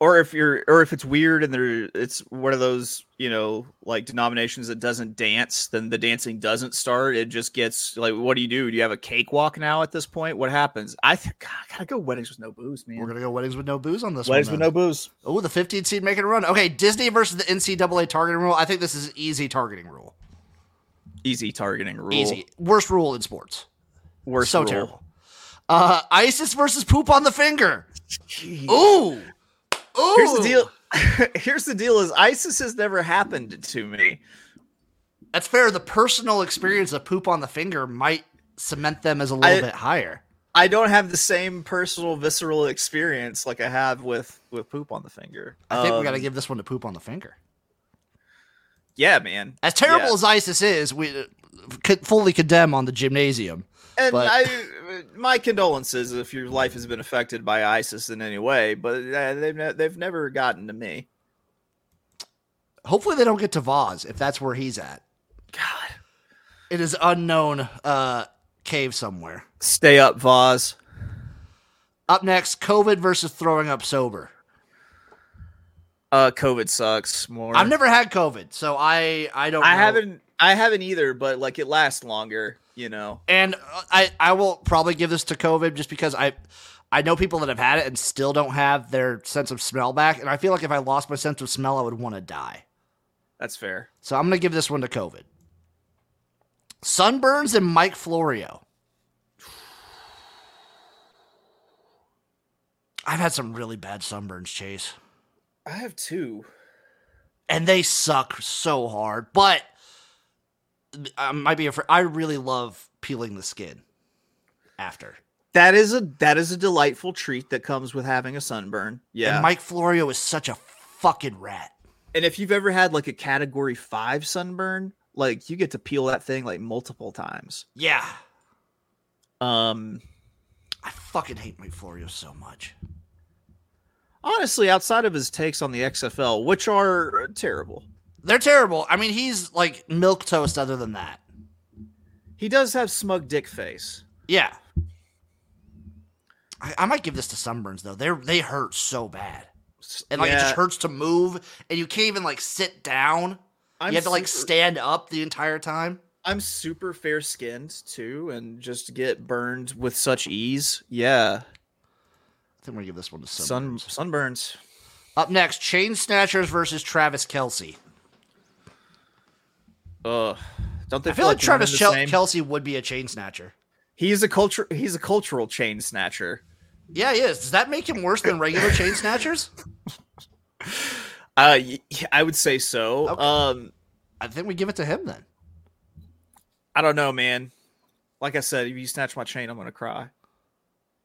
[SPEAKER 4] Or if you're or if it's weird and there it's one of those, you know, like denominations that doesn't dance, then the dancing doesn't start. It just gets like what do you do? Do you have a cakewalk now at this point? What happens? I think God, I gotta go weddings with no booze, man.
[SPEAKER 1] We're going to go weddings with no booze on this
[SPEAKER 4] weddings
[SPEAKER 1] one.
[SPEAKER 4] with
[SPEAKER 1] then.
[SPEAKER 4] no booze.
[SPEAKER 1] Oh, the 15 seed making a run. Okay, Disney versus the NCAA targeting rule. I think this is an easy targeting rule.
[SPEAKER 4] Easy targeting rule.
[SPEAKER 1] Easy. Worst rule in sports.
[SPEAKER 4] Worst
[SPEAKER 1] so
[SPEAKER 4] rule.
[SPEAKER 1] terrible. Uh, ISIS versus poop on the finger. Ooh. Ooh.
[SPEAKER 4] Here's the deal. [LAUGHS] Here's the deal is ISIS has never happened to me.
[SPEAKER 1] That's fair. The personal experience of poop on the finger might cement them as a little
[SPEAKER 4] I-
[SPEAKER 1] bit higher.
[SPEAKER 4] I don't have the same personal visceral experience like I have with with poop on the finger.
[SPEAKER 1] I think
[SPEAKER 4] Um,
[SPEAKER 1] we got to give this one to poop on the finger.
[SPEAKER 4] Yeah, man.
[SPEAKER 1] As terrible
[SPEAKER 4] yeah.
[SPEAKER 1] as ISIS is, we uh, could fully condemn on the gymnasium.
[SPEAKER 4] And
[SPEAKER 1] But-
[SPEAKER 4] I, my condolences if your life has been affected by ISIS in any way, but uh, they've ne- they've never gotten to me.
[SPEAKER 1] Hopefully, they don't get to Vaz if that's where he's at.
[SPEAKER 4] God,
[SPEAKER 1] It is unknown uh, cave somewhere.
[SPEAKER 4] stay up, Voz.
[SPEAKER 1] Up next, COVID versus throwing up sober.
[SPEAKER 4] Uh, COVID sucks more.
[SPEAKER 1] I've never had COVID, so I I don't.
[SPEAKER 4] I
[SPEAKER 1] know.
[SPEAKER 4] haven't. I haven't either. But like, it lasts longer. You know.
[SPEAKER 1] and uh, I I will probably give this to COVID just because I I know people that have had it and still don't have their sense of smell back, and I feel like if I lost my sense of smell, I would want to die.
[SPEAKER 4] That's fair.
[SPEAKER 1] So I'm gonna give this one to COVID. Sunburns and Mike Florio. I've had some really bad sunburns, Chase,
[SPEAKER 4] I have two.
[SPEAKER 1] and they suck so hard. But I might be afraid. I really love peeling the skin after.
[SPEAKER 4] That is a that is a delightful treat that comes with having a sunburn. Yeah.
[SPEAKER 1] And Mike Florio is such a fucking rat.
[SPEAKER 4] And if you've ever had like a category five sunburn, like you get to peel that thing like multiple times.
[SPEAKER 1] Yeah.
[SPEAKER 4] Um,
[SPEAKER 1] I fucking hate Mike Florio so much.
[SPEAKER 4] honestly, outside of his takes on the XFL, which are terrible,
[SPEAKER 1] They're terrible. I mean, he's like milk toast other than that.
[SPEAKER 4] he does have smug dick face.
[SPEAKER 1] Yeah. I, I might give this to sunburns though. They they hurt so bad. And like it just hurts to move and you can't even like sit down.
[SPEAKER 4] I'm
[SPEAKER 1] you have to like
[SPEAKER 4] super-
[SPEAKER 1] stand up the entire time.
[SPEAKER 4] I'm super fair skinned too, and just get burned with such ease. Yeah,
[SPEAKER 1] I think we're gonna give this one to
[SPEAKER 4] sun
[SPEAKER 1] sunburns.
[SPEAKER 4] sunburns.
[SPEAKER 1] Up next, Chain Snatchers versus Travis Kelsey.
[SPEAKER 4] Ugh. Don't they
[SPEAKER 1] I feel like
[SPEAKER 4] one and
[SPEAKER 1] Travis
[SPEAKER 4] the
[SPEAKER 1] Chel-
[SPEAKER 4] same?
[SPEAKER 1] Kelsey would be a chain snatcher.
[SPEAKER 4] He's a culture. He's a cultural chain snatcher.
[SPEAKER 1] Yeah, he is. Does that make him worse than regular chain snatchers?
[SPEAKER 4] Uh, y- I would say so.
[SPEAKER 1] Okay.
[SPEAKER 4] Um,
[SPEAKER 1] I think we give it to him then.
[SPEAKER 4] I don't know, man. Like I said, if you snatch my chain, I'm gonna cry.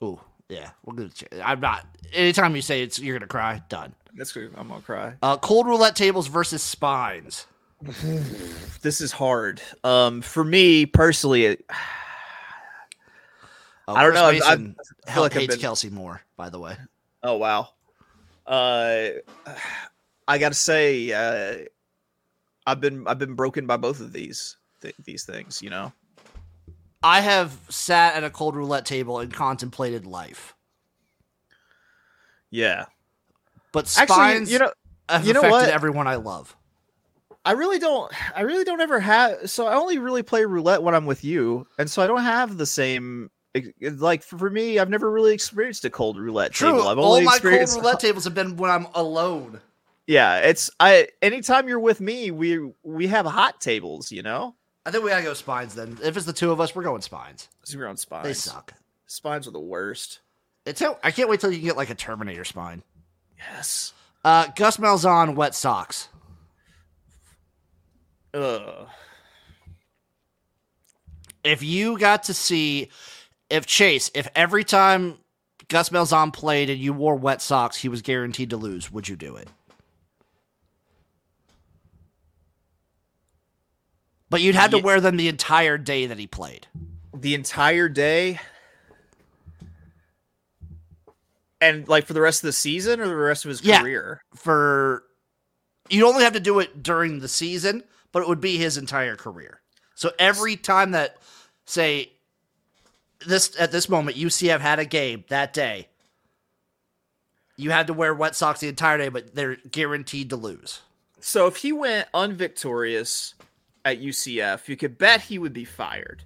[SPEAKER 1] Ooh, yeah, we're gonna. Ch- I'm not. Anytime you say it's, you're gonna cry. Done.
[SPEAKER 4] That's good. I'm gonna cry.
[SPEAKER 1] Uh, cold roulette tables versus spines.
[SPEAKER 4] This is hard. Um, for me personally, it,
[SPEAKER 1] Uh,
[SPEAKER 4] I don't
[SPEAKER 1] Chris
[SPEAKER 4] know, I've-
[SPEAKER 1] Mason
[SPEAKER 4] I feel
[SPEAKER 1] hel-
[SPEAKER 4] like I've
[SPEAKER 1] hates
[SPEAKER 4] been-
[SPEAKER 1] Kelsey more, by the way.
[SPEAKER 4] oh wow. Uh, I gotta say, uh, I've been I've been broken by both of these th- these things. You know,
[SPEAKER 1] I have sat at a cold roulette table and contemplated life.
[SPEAKER 4] Yeah.
[SPEAKER 1] But
[SPEAKER 4] Actually,
[SPEAKER 1] spines
[SPEAKER 4] you know,
[SPEAKER 1] have
[SPEAKER 4] you know
[SPEAKER 1] affected
[SPEAKER 4] what?
[SPEAKER 1] everyone I love.
[SPEAKER 4] I really don't. I really don't ever have. So I only really play roulette when I'm with you, and so I don't have the same. Like for me, I've never really experienced a cold roulette
[SPEAKER 1] True.
[SPEAKER 4] table. I've
[SPEAKER 1] All
[SPEAKER 4] only
[SPEAKER 1] my cold
[SPEAKER 4] experienced.
[SPEAKER 1] roulette tables have been when I'm alone.
[SPEAKER 4] Yeah, it's I. Anytime you're with me, we we have hot tables. You know,
[SPEAKER 1] I think we gotta go spines then. If it's the two of us, we're going spines.
[SPEAKER 4] so we're on spines.
[SPEAKER 1] They suck.
[SPEAKER 4] Spines are the worst.
[SPEAKER 1] It's how, I can't wait till you can get like a Terminator spine.
[SPEAKER 4] Yes.
[SPEAKER 1] Uh, Gus Malzahn, wet socks.
[SPEAKER 4] Ugh.
[SPEAKER 1] If you got to see, if Chase, if every time Gus Malzahn played and you wore wet socks, he was guaranteed to lose, would you do it? But you'd have to
[SPEAKER 4] Ye-
[SPEAKER 1] wear them the entire day that he played.
[SPEAKER 4] The entire day. And like for the rest of the season or the rest of his
[SPEAKER 1] Yeah.
[SPEAKER 4] career.
[SPEAKER 1] for you'd only have to do it during the season, but it would be his entire career. So every time that say this at this moment UCF had a game that day, you had to wear wet socks the entire day, but they're guaranteed to lose.
[SPEAKER 4] So if he went unvictorious at UCF, you could bet he would be fired.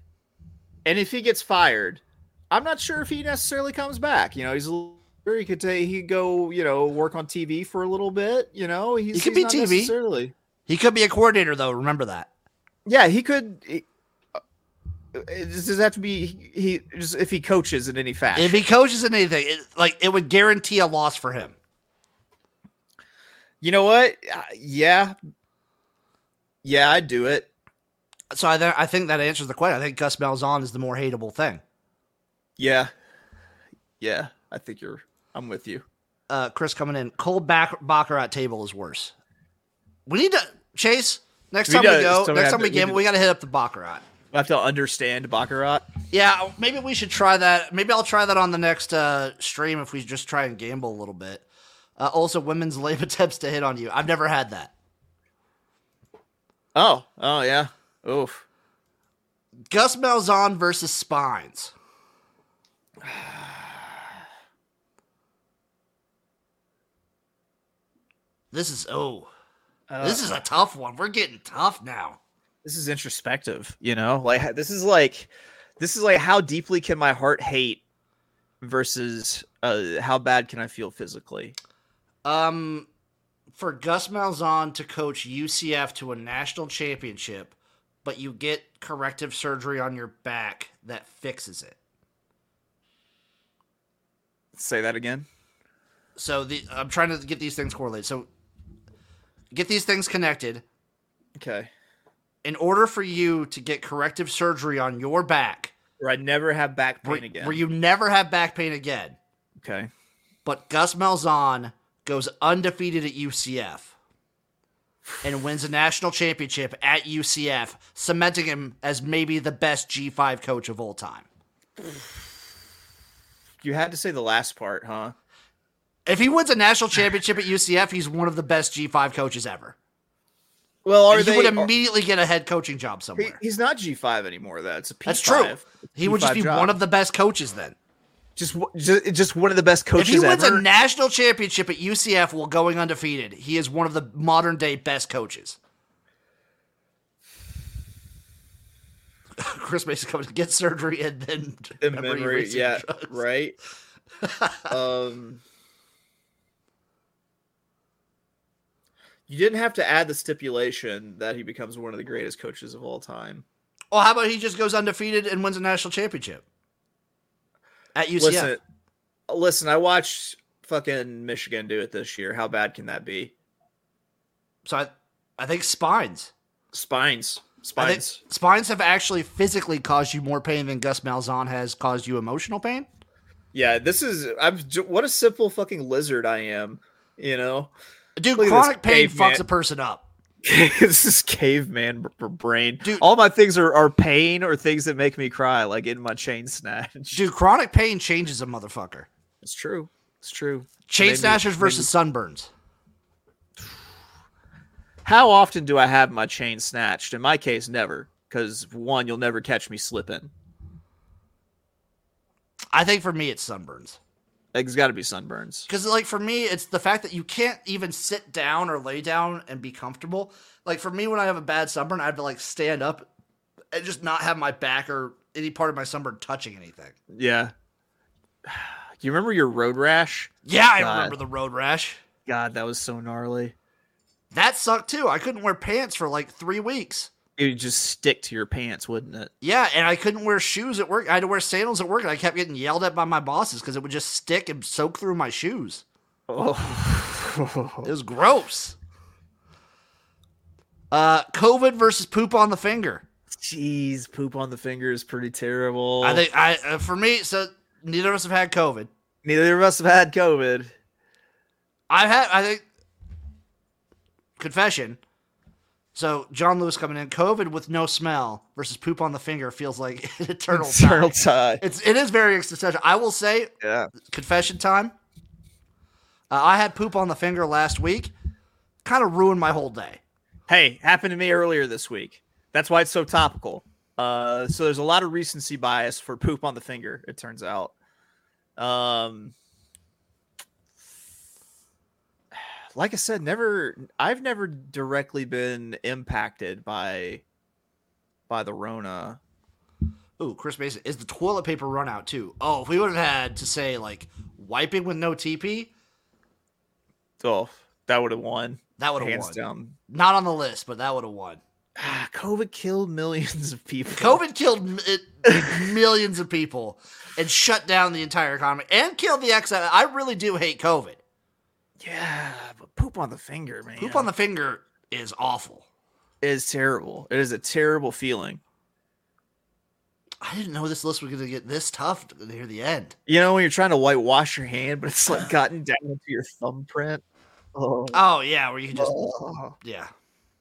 [SPEAKER 4] And if he gets fired, I'm not sure if he necessarily comes back. You know, he's a little, he could take he could go, you know, work on TV for a little bit. You know, he's,
[SPEAKER 1] He could
[SPEAKER 4] he's
[SPEAKER 1] be
[SPEAKER 4] not
[SPEAKER 1] TV.
[SPEAKER 4] necessarily.
[SPEAKER 1] He could be a coordinator though, remember that.
[SPEAKER 4] Yeah, he could. He, uh, does it have to be he? Just if he coaches in any fashion,
[SPEAKER 1] If he coaches in anything, it, like it would guarantee a loss for him.
[SPEAKER 4] you know what? Uh, yeah, yeah, I'd do it.
[SPEAKER 1] So I, th- I think that answers the question. I think Gus Malzahn is the more hateable thing.
[SPEAKER 4] Yeah, yeah, I think you're. I'm with you.
[SPEAKER 1] uh, Chris coming in. Cold back baccarat table is worse. We need to chase next
[SPEAKER 4] We
[SPEAKER 1] time we,
[SPEAKER 4] gotta-
[SPEAKER 1] go.
[SPEAKER 4] so we
[SPEAKER 1] next
[SPEAKER 4] have
[SPEAKER 1] time we
[SPEAKER 4] to- we
[SPEAKER 1] gamble,
[SPEAKER 4] do-
[SPEAKER 1] we, got to hit up the baccarat.
[SPEAKER 4] I have to understand Baccarat.
[SPEAKER 1] Yeah, maybe we should try that. Maybe I'll try that on the next uh, stream if we just try and gamble a little bit. Uh, also, women's [LAUGHS] lame attempts to hit on you. I've never had that.
[SPEAKER 4] Oh, oh yeah. Oof.
[SPEAKER 1] Gus Malzahn versus Spines. [SIGHS] This is oh, this is a tough one. We're getting tough now.
[SPEAKER 4] this is introspective, you know? Like this is like this is like how deeply can my heart hate versus uh how bad can I feel physically?
[SPEAKER 1] Um, for Gus Malzahn to coach UCF to a national championship, but you get corrective surgery on your back that fixes it.
[SPEAKER 4] Say that again.
[SPEAKER 1] So the I'm trying to get these things correlated. So get these things connected.
[SPEAKER 4] Okay.
[SPEAKER 1] In order for you to get corrective surgery on your back,
[SPEAKER 4] Where I never have back pain
[SPEAKER 1] where,
[SPEAKER 4] again.
[SPEAKER 1] where you never have back pain again,
[SPEAKER 4] okay.
[SPEAKER 1] but Gus Malzahn goes undefeated at UCF and wins a national championship at UCF, cementing him as maybe the best G5 coach of all time.
[SPEAKER 4] You had to say the last part, huh?
[SPEAKER 1] If he wins a national championship at UCF, he's one of the best G5 coaches ever.
[SPEAKER 4] Well, are
[SPEAKER 1] And he
[SPEAKER 4] they
[SPEAKER 1] would
[SPEAKER 4] are-
[SPEAKER 1] immediately get a head coaching job
[SPEAKER 4] he-
[SPEAKER 1] somewhere.
[SPEAKER 4] he's not G5 anymore though. It's a P5.
[SPEAKER 1] That's true. He would just be
[SPEAKER 4] P5 job.
[SPEAKER 1] one of the best coaches then.
[SPEAKER 4] just just just one of the best
[SPEAKER 1] If
[SPEAKER 4] coaches
[SPEAKER 1] he wins
[SPEAKER 4] ever.
[SPEAKER 1] a national championship at UCF while going undefeated, he is one of the modern day best coaches. [LAUGHS] Chris Mason coming to get surgery and then
[SPEAKER 4] in
[SPEAKER 1] memory
[SPEAKER 4] memory,
[SPEAKER 1] erasing
[SPEAKER 4] yeah,
[SPEAKER 1] drugs. [LAUGHS]
[SPEAKER 4] right. um, you didn't have to add the stipulation that he becomes one of the greatest coaches of all time.
[SPEAKER 1] Well, how about he just goes undefeated and wins a national championship at UCF?
[SPEAKER 4] Listen, uh, listen, I watched fucking Michigan do it this year. How bad can that be?
[SPEAKER 1] So I, I think spines.
[SPEAKER 4] Spines,
[SPEAKER 1] I think
[SPEAKER 4] spines.
[SPEAKER 1] spines have actually physically caused you more pain than Gus Malzahn has caused you emotional pain.
[SPEAKER 4] Yeah, this is. I'm j- what a simple fucking lizard I am. You know,
[SPEAKER 1] Dude,
[SPEAKER 4] Look at this
[SPEAKER 1] chronic pain
[SPEAKER 4] caveman.
[SPEAKER 1] fucks a person up.
[SPEAKER 4] [LAUGHS] this is caveman b- b- brain.
[SPEAKER 1] Dude.
[SPEAKER 4] All my things are, are pain or things that make me cry, like in my chain snatch.
[SPEAKER 1] Dude, chronic pain changes a motherfucker.
[SPEAKER 4] It's true. It's true.
[SPEAKER 1] Chain
[SPEAKER 4] Maybe-
[SPEAKER 1] snatchers versus sunburns.
[SPEAKER 4] How often do I have my chain snatched? In my case, never. Because one, you'll never catch me slipping.
[SPEAKER 1] I think for me, it's sunburns.
[SPEAKER 4] It's got to be sunburns.
[SPEAKER 1] Because, like, for me, it's the fact that you can't even sit down or lay down and be comfortable. Like, for me, when I have a bad sunburn, I have to, like, stand up and just not have my back or any part of my sunburn touching anything.
[SPEAKER 4] Yeah. [SIGHS] You remember your road rash?
[SPEAKER 1] Yeah, I
[SPEAKER 4] God.
[SPEAKER 1] remember the road rash.
[SPEAKER 4] God, that was so gnarly.
[SPEAKER 1] That sucked too. I couldn't wear pants for like three weeks.
[SPEAKER 4] It would just stick to your pants, wouldn't it?
[SPEAKER 1] Yeah, and I couldn't wear shoes at work. I had to wear sandals at work, and I kept getting yelled at by my bosses because it would just stick and soak through my shoes.
[SPEAKER 4] Oh.
[SPEAKER 1] It was gross. Uh, COVID versus poop on the finger.
[SPEAKER 4] [LAUGHS] Jeez, poop on the finger is pretty terrible.
[SPEAKER 1] I think I uh, for me, so neither of us have had COVID.
[SPEAKER 4] neither of us have had COVID.
[SPEAKER 1] I've had, I think, confession. So John Lewis coming in, COVID with no smell versus poop on the finger feels like [LAUGHS] an eternal time. [LAUGHS]
[SPEAKER 4] Eternal tie.
[SPEAKER 1] It's it is very existential. I will say,
[SPEAKER 4] Yeah.
[SPEAKER 1] confession time. Uh, I had poop on the finger last week. Kind of ruined my whole day.
[SPEAKER 4] Hey, happened to me earlier this week. That's why it's so topical. Uh, so there's a lot of recency bias for poop on the finger. It turns out. Um, like I said, never. I've never directly been impacted by by the Rona.
[SPEAKER 1] Ooh, Chris Mason is the toilet paper run out too. Oh, if we would have had to say like wiping with no TP,
[SPEAKER 4] Oh, that would have won
[SPEAKER 1] that would have
[SPEAKER 4] hands
[SPEAKER 1] won.
[SPEAKER 4] down.
[SPEAKER 1] Not on the list, but that would have won.
[SPEAKER 4] Ah, COVID killed millions of people.
[SPEAKER 1] COVID killed m-
[SPEAKER 4] [LAUGHS]
[SPEAKER 1] it, millions of people and shut down the entire economy and killed the X. I really do hate COVID.
[SPEAKER 4] Yeah, but poop on the finger, man.
[SPEAKER 1] Poop on the finger is awful.
[SPEAKER 4] is terrible. It is a terrible feeling.
[SPEAKER 1] I didn't know this list was going to get this tough near the end.
[SPEAKER 4] You know when you're trying to whitewash your hand, but
[SPEAKER 1] [LAUGHS]
[SPEAKER 4] it's like gotten down to your thumbprint. Oh,
[SPEAKER 1] Oh yeah, where you just
[SPEAKER 4] oh,
[SPEAKER 1] yeah,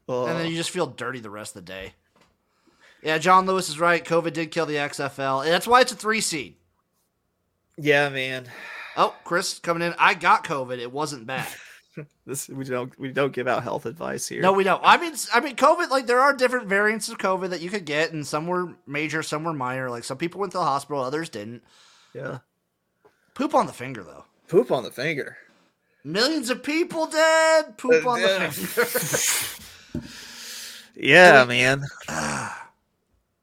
[SPEAKER 4] oh.
[SPEAKER 1] and then you just feel dirty the rest of the day. Yeah, John Lewis is right. COVID did kill the XFL. And That's why it's a three seed.
[SPEAKER 4] yeah, man.
[SPEAKER 1] Oh, Chris coming in. I got COVID. It wasn't bad.
[SPEAKER 4] This we don't we don't give out health advice here.
[SPEAKER 1] No, we don't. I mean, I mean, COVID. Like there are different variants of COVID that you could get, and some were major, some were minor. Like some people went to the hospital, others didn't.
[SPEAKER 4] yeah.
[SPEAKER 1] Poop on the finger, though.
[SPEAKER 4] Poop on the finger.
[SPEAKER 1] Millions of people dead. Poop on the
[SPEAKER 4] Yeah.
[SPEAKER 1] finger. [LAUGHS] [SIGHS]
[SPEAKER 4] Yeah, man.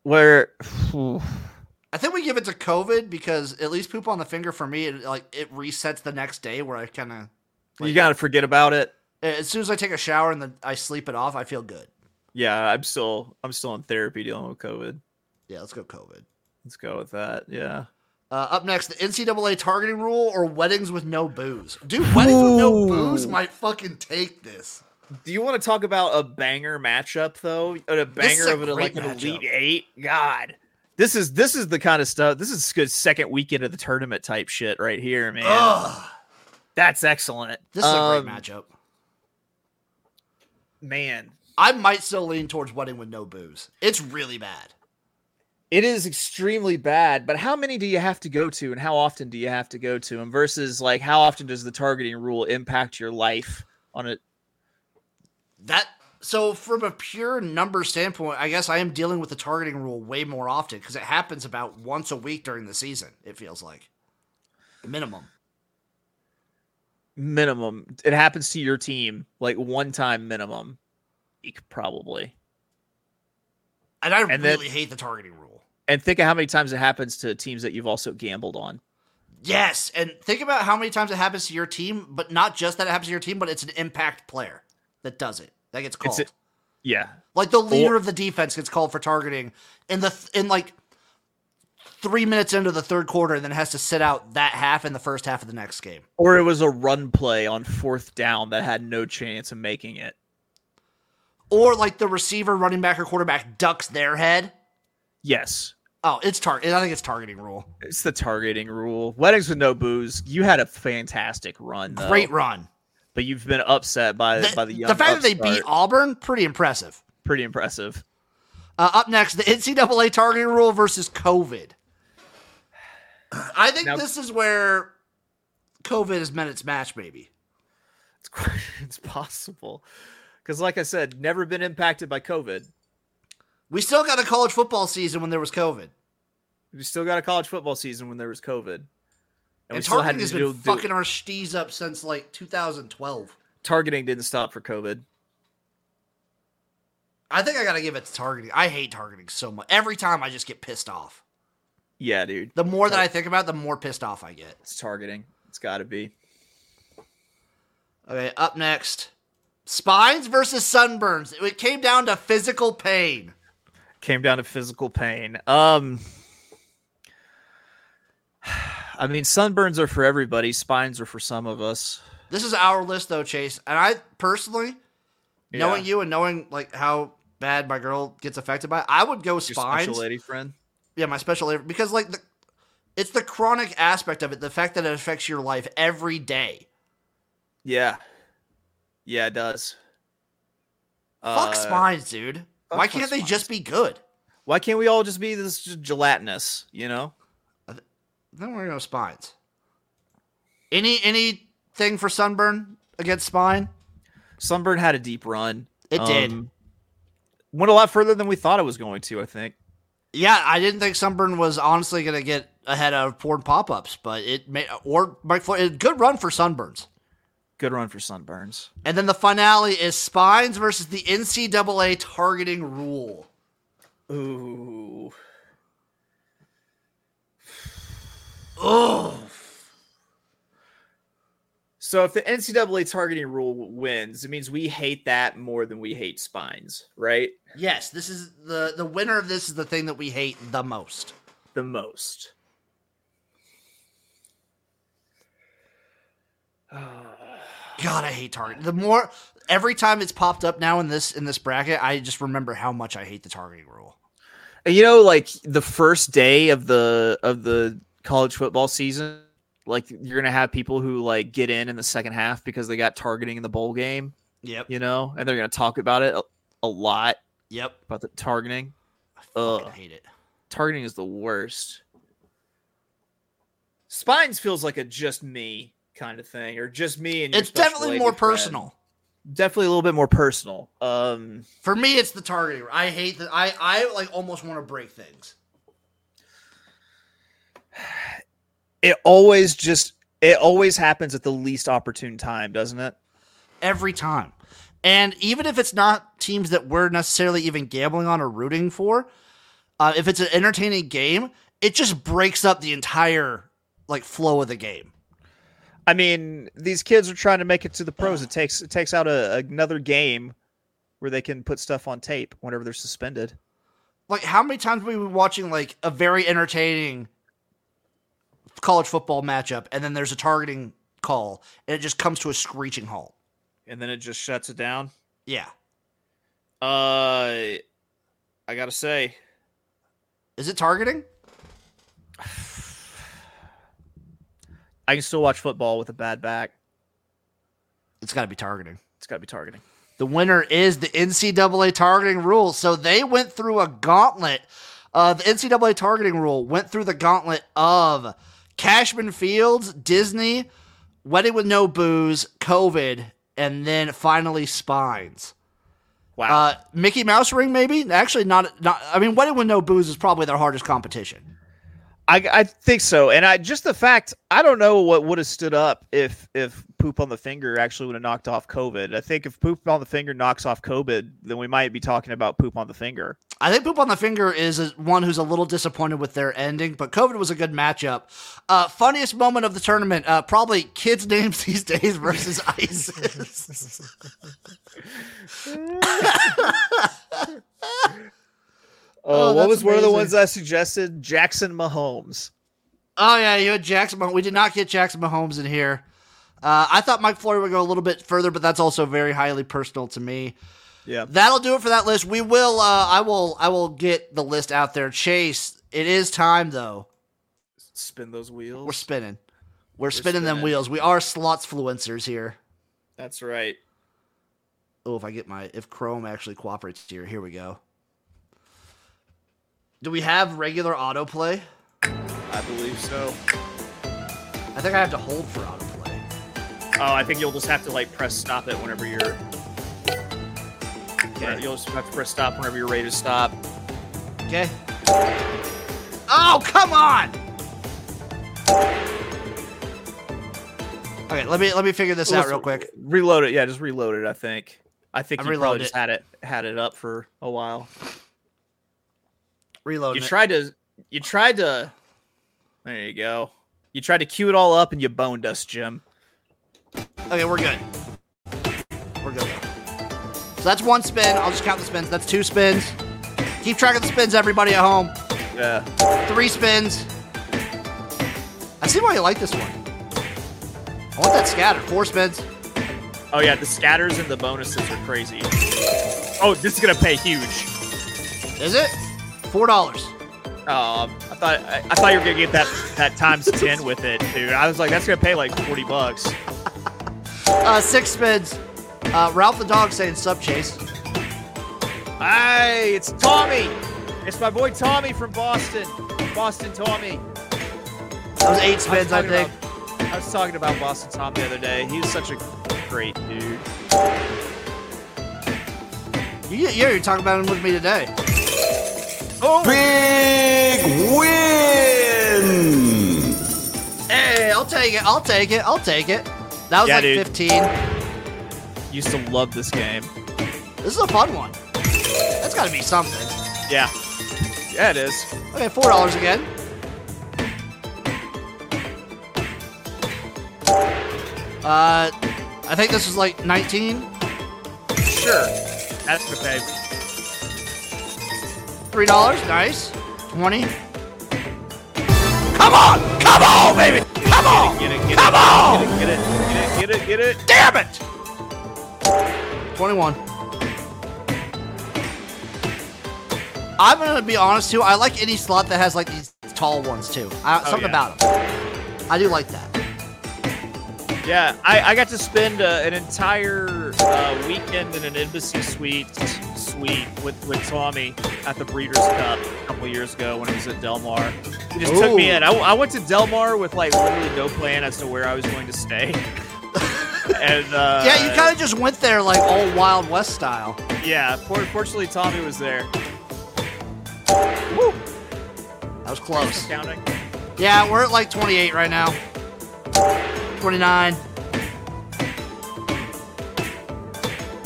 [SPEAKER 4] Where
[SPEAKER 1] I think we give it to COVID because at least poop on the finger for me, it, like it resets the next day where I kind of
[SPEAKER 4] you gotta forget about it.
[SPEAKER 1] as soon as I take a shower and then I sleep it off, I feel good.
[SPEAKER 4] Yeah, I'm still I'm still in therapy dealing with COVID.
[SPEAKER 1] Yeah, let's go COVID.
[SPEAKER 4] Let's go with that. Yeah.
[SPEAKER 1] Uh, up next, the NCAA targeting rule or weddings with no booze. Dude, weddings with no
[SPEAKER 4] Ooh.
[SPEAKER 1] booze might fucking take this.
[SPEAKER 4] Do you want to talk about a banger matchup though? A
[SPEAKER 1] This is
[SPEAKER 4] banger
[SPEAKER 1] a
[SPEAKER 4] of an,
[SPEAKER 1] great
[SPEAKER 4] like an elite
[SPEAKER 1] matchup.
[SPEAKER 4] eight? God, this is this is the kind of stuff. This is good second weekend of the tournament type shit right here, man.
[SPEAKER 1] Ugh.
[SPEAKER 4] That's excellent.
[SPEAKER 1] This is a
[SPEAKER 4] Um,
[SPEAKER 1] great matchup.
[SPEAKER 4] man.
[SPEAKER 1] I might still lean towards wedding with no booze. It's really bad.
[SPEAKER 4] It is extremely bad, but how many do you have to go to, and how often do you have to go to them? Versus, like, how often does the targeting rule impact your life on it?
[SPEAKER 1] That so from a pure number standpoint, I guess I am dealing with the targeting rule way more often because it happens about once a week during the season. It feels like minimum.
[SPEAKER 4] minimum it happens to your team like one time minimum week, probably
[SPEAKER 1] And I
[SPEAKER 4] And then-
[SPEAKER 1] really hate the targeting rule.
[SPEAKER 4] and think of how many times it happens to teams that you've also gambled on
[SPEAKER 1] Yes, and think about how many times it happens to your team, but not just that it happens to your team, but it's an impact player that does it. That gets
[SPEAKER 4] It's
[SPEAKER 1] called.
[SPEAKER 4] a- yeah
[SPEAKER 1] Like the leader of the defense gets called for targeting in the th- in like three minutes into the third quarter, and then has to sit out that half in the first half of the next game.
[SPEAKER 4] or it was a run play on fourth down that had no chance of making it
[SPEAKER 1] Or like the receiver, running back, or quarterback ducks their head.
[SPEAKER 4] yes
[SPEAKER 1] Oh, it's target. I think it's targeting rule.
[SPEAKER 4] it's the targeting rule weddings with no booze you had a fantastic run though,
[SPEAKER 1] Great run.
[SPEAKER 4] but you've been upset Oh. by
[SPEAKER 1] The,
[SPEAKER 4] by the young
[SPEAKER 1] the fact that they
[SPEAKER 4] upstart.
[SPEAKER 1] beat Auburn, pretty impressive.
[SPEAKER 4] pretty impressive
[SPEAKER 1] Uh, up next, the NCAA targeting rule versus COVID. I think
[SPEAKER 4] Now-
[SPEAKER 1] this is where COVID has meant its match, maybe.
[SPEAKER 4] it's, quite- [LAUGHS] it's possible because like i said never been impacted by covid
[SPEAKER 1] We still got a college football season when there was COVID.
[SPEAKER 4] We still got a college football season when there was COVID, and, we
[SPEAKER 1] And
[SPEAKER 4] still had
[SPEAKER 1] targeting
[SPEAKER 4] to
[SPEAKER 1] has
[SPEAKER 4] do,
[SPEAKER 1] been
[SPEAKER 4] do-
[SPEAKER 1] fucking our stees up since like 2012.
[SPEAKER 4] targeting didn't stop for COVID.
[SPEAKER 1] I think I gotta give it to targeting. I hate targeting so much. Every time I just get pissed off.
[SPEAKER 4] Yeah, dude,
[SPEAKER 1] The more that I think about, it, the more pissed off I get.
[SPEAKER 4] it's targeting. It's got to be.
[SPEAKER 1] Okay, up next, spines versus sunburns. It came down to physical pain.
[SPEAKER 4] came down to physical pain. Um [SIGHS] I mean sunburns are for everybody, spines are for some of us.
[SPEAKER 1] This is our list though, Chase, and I personally, knowing
[SPEAKER 4] Yeah.
[SPEAKER 1] you and knowing like how bad my girl gets affected by, it, I would go
[SPEAKER 4] Your
[SPEAKER 1] spines.
[SPEAKER 4] special lady friend.
[SPEAKER 1] yeah, my special ed- because like the, it's the chronic aspect of it, the fact that it affects your life every day.
[SPEAKER 4] Yeah. Yeah, it does. Uh,
[SPEAKER 1] Fuck spines, dude. Why
[SPEAKER 4] fuck my
[SPEAKER 1] can't they
[SPEAKER 4] spines.
[SPEAKER 1] just be good?
[SPEAKER 4] Why can't we all just be this g- gelatinous, you know?
[SPEAKER 1] Then we're gonna go spines. Any anything for sunburn against spine?
[SPEAKER 4] Sunburn had a deep run.
[SPEAKER 1] It did.
[SPEAKER 4] Um, Went a lot further than we thought it was going to, I think.
[SPEAKER 1] Yeah, I didn't think sunburn was honestly gonna get ahead of porn pop ups, but it made or Mike Floyd. a Good run for sunburns.
[SPEAKER 4] Good run for sunburns.
[SPEAKER 1] And then the finale is spines versus the NCAA targeting rule.
[SPEAKER 4] Ooh.
[SPEAKER 1] Ugh.
[SPEAKER 4] So if the NCAA targeting rule wins, it means we hate that more than we hate spines, right?
[SPEAKER 1] Yes, this is the the winner of this is the thing that we hate the most.
[SPEAKER 4] The most.
[SPEAKER 1] God, I hate target. The more every time it's popped up now in this in this bracket, I just remember how much I hate the targeting rule.
[SPEAKER 4] And you know, like the first day of the of the college football season, like you're gonna have people who like get in in the second half because they got targeting in the bowl game,
[SPEAKER 1] Yep.
[SPEAKER 4] you know, and they're gonna talk about it a, a lot
[SPEAKER 1] Yep.
[SPEAKER 4] about the targeting.
[SPEAKER 1] Fucking
[SPEAKER 4] Ugh.
[SPEAKER 1] hate it.
[SPEAKER 4] Targeting is the worst. Spines feels like a just me kind of thing, or just me and your
[SPEAKER 1] It's
[SPEAKER 4] special
[SPEAKER 1] definitely
[SPEAKER 4] lady
[SPEAKER 1] more
[SPEAKER 4] friend.
[SPEAKER 1] personal.
[SPEAKER 4] definitely a little bit more personal. Um,
[SPEAKER 1] For me, it's the targeting. I hate that. I I like almost want to break things.
[SPEAKER 4] it always just it always happens at the least opportune time, doesn't it?
[SPEAKER 1] every time. And even if it's not teams that we're necessarily even gambling on or rooting for, uh, if it's an entertaining game, it just breaks up the entire like flow of the game.
[SPEAKER 4] I mean, these kids are trying to make it to the pros. It takes it takes out a, another game where they can put stuff on tape whenever they're suspended.
[SPEAKER 1] Like how many times we were watching like a very entertaining college football matchup, and then there's a targeting call, and it just comes to a screeching halt.
[SPEAKER 4] And then it just shuts it down.
[SPEAKER 1] Yeah,
[SPEAKER 4] Uh I gotta say.
[SPEAKER 1] is it targeting?
[SPEAKER 4] I can still watch football with a bad back.
[SPEAKER 1] It's got to be targeting.
[SPEAKER 4] It's gotta be targeting.
[SPEAKER 1] The winner is the NCAA targeting rule. So they went through a gauntlet. Uh, the NCAA targeting rule went through the gauntlet of Cashman Fields, Disney, Wedding with No Booze, COVID, and then finally Spines.
[SPEAKER 4] Wow.
[SPEAKER 1] Uh, Mickey Mouse Ring, maybe? Actually, not. not I mean, Wedding with No Booze is probably their hardest competition.
[SPEAKER 4] I, I think so, and I just the fact I don't know what would have stood up if if poop on the finger actually would have knocked off COVID. I think if poop on the finger knocks off COVID, then we might be talking about poop on the finger.
[SPEAKER 1] I think Poop on the Finger is a- one who's a little disappointed with their ending, but COVID was a good matchup. Uh, funniest moment of the tournament, uh, probably kids' [LAUGHS] names these days versus ISIS.
[SPEAKER 4] Oh,
[SPEAKER 1] Oh,
[SPEAKER 4] what
[SPEAKER 1] that's
[SPEAKER 4] was one of the
[SPEAKER 1] amazing.
[SPEAKER 4] ones I suggested? Jackson Mahomes.
[SPEAKER 1] oh yeah, you had Jackson. Mah- We did not get Jackson Mahomes in here. Uh, I thought Mike Flory would go a little bit further, but that's also very highly personal to me.
[SPEAKER 4] Yeah,
[SPEAKER 1] That'll do it for that list. We will. Uh, I will. I will get the list out there. Chase, it is time though.
[SPEAKER 4] spin those wheels.
[SPEAKER 1] We're spinning. We're, spinning, them
[SPEAKER 4] spinning.
[SPEAKER 1] wheels. We are slots fluencers here.
[SPEAKER 4] That's right.
[SPEAKER 1] Oh, if I get my if Chrome actually cooperates here, here we go. Do we have regular autoplay?
[SPEAKER 4] I believe so.
[SPEAKER 1] I think I have to hold for autoplay.
[SPEAKER 4] Oh, I think you'll just have to like press stop it whenever you're. You'll just have to press stop whenever you're ready to stop.
[SPEAKER 1] Okay. Oh, come on! Okay, let me let me figure this out
[SPEAKER 4] Let's
[SPEAKER 1] real quick.
[SPEAKER 4] Reload it. Yeah, just reload it. I think. I think
[SPEAKER 1] I
[SPEAKER 4] you probably
[SPEAKER 1] reloaded
[SPEAKER 4] just
[SPEAKER 1] it.
[SPEAKER 4] had it had it up for a while.
[SPEAKER 1] Reload.
[SPEAKER 4] You tried to. You tried to. There you go. You tried to cue it all up and you boned us, Jim.
[SPEAKER 1] Okay, we're good. We're good. So that's one spin. I'll just count the spins. That's two spins. Keep track of the spins, everybody at home.
[SPEAKER 4] Yeah.
[SPEAKER 1] Three spins. I see why you like this one. I want that scatter. Four spins.
[SPEAKER 4] Oh yeah, the scatters and the bonuses are crazy. Oh, this is gonna pay huge.
[SPEAKER 1] Is it? Four dollars.
[SPEAKER 4] Um, I thought I, I thought you were gonna get that
[SPEAKER 1] [LAUGHS]
[SPEAKER 4] that times ten with it, dude. I was like, that's gonna pay like forty bucks.
[SPEAKER 1] Uh, six spins. Uh, Ralph the dog saying sub chase.
[SPEAKER 4] Hey, it's Tommy. It's my boy Tommy from Boston. Boston Tommy.
[SPEAKER 1] That was eight spins, I,
[SPEAKER 4] was
[SPEAKER 1] think.
[SPEAKER 4] talking about- I was talking about Boston Tom the other day. He's such a great dude.
[SPEAKER 1] You, yeah, you're talking about him with me today.
[SPEAKER 4] Oh,
[SPEAKER 5] Big win!
[SPEAKER 1] Hey, I'll take it. I'll take it. I'll take it. That was
[SPEAKER 4] Yeah,
[SPEAKER 1] like
[SPEAKER 4] dude.
[SPEAKER 1] 15.
[SPEAKER 4] used to love this game.
[SPEAKER 1] This is a fun one. That's got to be something.
[SPEAKER 4] Yeah, yeah, it is.
[SPEAKER 1] Okay, four dollars again. Uh, I think this was like 19,
[SPEAKER 4] Sure, that's gonna pay.
[SPEAKER 1] three dollars. Nice, 20.
[SPEAKER 5] Come on! Come on, baby! Come on!
[SPEAKER 4] Get it, get it,
[SPEAKER 5] Come on!
[SPEAKER 4] get it, get it, get it, get it.
[SPEAKER 5] Damn it!
[SPEAKER 1] 21. I'm gonna be honest too. I like any slot that has like these tall ones too. I, something
[SPEAKER 4] Oh,
[SPEAKER 1] about
[SPEAKER 4] yeah.
[SPEAKER 1] them. I do like that.
[SPEAKER 4] Yeah, I, I got to spend uh, an entire uh, weekend in an embassy suite suite with, with Tommy at the Breeders' Cup a couple years ago when it was at Del Mar. He just took me
[SPEAKER 1] Ooh.
[SPEAKER 4] in. I, I went to Del Mar with like literally no plan as to where I was going to
[SPEAKER 1] [LAUGHS]
[SPEAKER 4] stay. and uh,
[SPEAKER 1] yeah, you kind of just went there like all Wild West style.
[SPEAKER 4] of yeah. For, fortunately, Tommy was there.
[SPEAKER 1] That was close.
[SPEAKER 4] Counting.
[SPEAKER 1] Yeah, we're at like 28 right now. 29.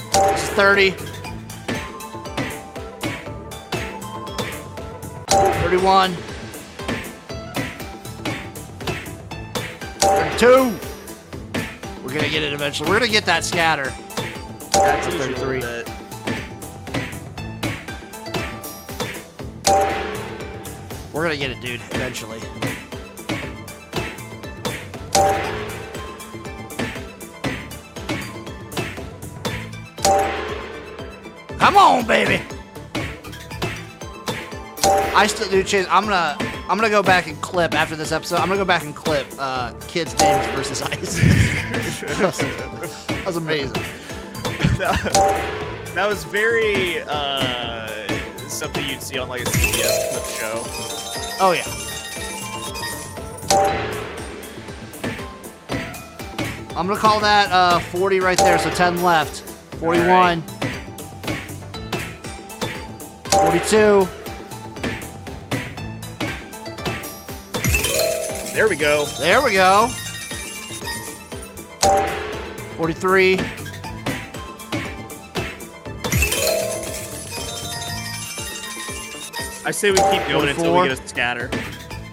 [SPEAKER 1] This is 30. 31. 32. We're going to get it eventually. We're going to get that scatter.
[SPEAKER 4] That's
[SPEAKER 1] a
[SPEAKER 4] usually
[SPEAKER 1] 33.
[SPEAKER 4] the-
[SPEAKER 1] We're going to get it, dude, eventually. Come on, baby. I still do change. I'm gonna, I'm gonna go back and clip after this episode. I'm gonna go back and clip uh, kids' names versus ice. [LAUGHS] that was amazing.
[SPEAKER 4] That was very uh, something you'd see on like a CBS clip show.
[SPEAKER 1] Oh yeah. I'm gonna call that uh, 40 right there. So 10 left. 41. 42.
[SPEAKER 4] There we go.
[SPEAKER 1] There we go. 43.
[SPEAKER 4] I say we keep going until
[SPEAKER 1] 44.
[SPEAKER 4] we get a scatter.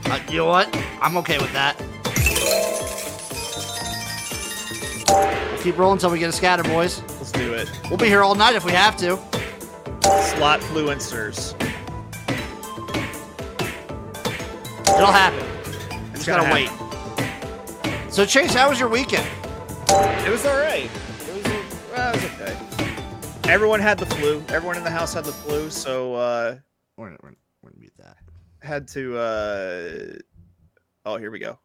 [SPEAKER 1] Uh, you know what? I'm okay with that. We'll keep rolling until we get a scatter, boys.
[SPEAKER 4] Let's do it.
[SPEAKER 1] We'll be here all night if we have to.
[SPEAKER 4] Slot fluencers.
[SPEAKER 1] It'll happen. Just
[SPEAKER 4] gonna
[SPEAKER 1] gotta wait. So Chase, how was your weekend?
[SPEAKER 4] It was all right. It was, uh, well, it was okay. Everyone had the flu. Everyone in the house had the flu, so uh,
[SPEAKER 1] We're gonna, we're gonna, we're gonna mute that.
[SPEAKER 4] had to. Uh... Oh, here we go.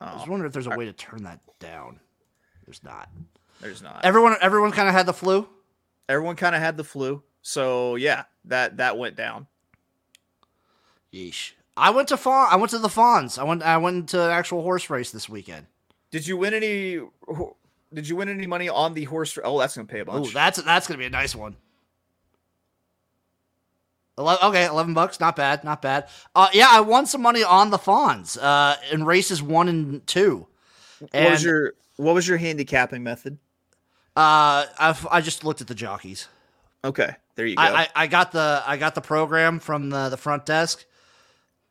[SPEAKER 1] I was
[SPEAKER 4] Oh,
[SPEAKER 1] wondering if there's a way to turn that down. There's not.
[SPEAKER 4] there's not.
[SPEAKER 1] Everyone, everyone kind of had the flu.
[SPEAKER 4] Everyone kind of had the flu, so yeah, that that went down.
[SPEAKER 1] Yeesh. I went to fawn. I went to the fawns. I went. I went to an actual horse race this weekend.
[SPEAKER 4] Did you win any? ho- Did you win any money on the horse? Oh, that's gonna pay a
[SPEAKER 1] Oh,
[SPEAKER 4] bunch.
[SPEAKER 1] that's that's gonna be a nice one. Ele- Okay, eleven bucks, not bad, not bad. Uh, yeah, I won some money on the Fawns uh, in races one and two.
[SPEAKER 4] what was
[SPEAKER 1] And-
[SPEAKER 4] your what was your handicapping method?
[SPEAKER 1] Uh, I've, I just looked at the jockeys.
[SPEAKER 4] Okay, there you go.
[SPEAKER 1] I, I, I got the I got the program from the, the front desk.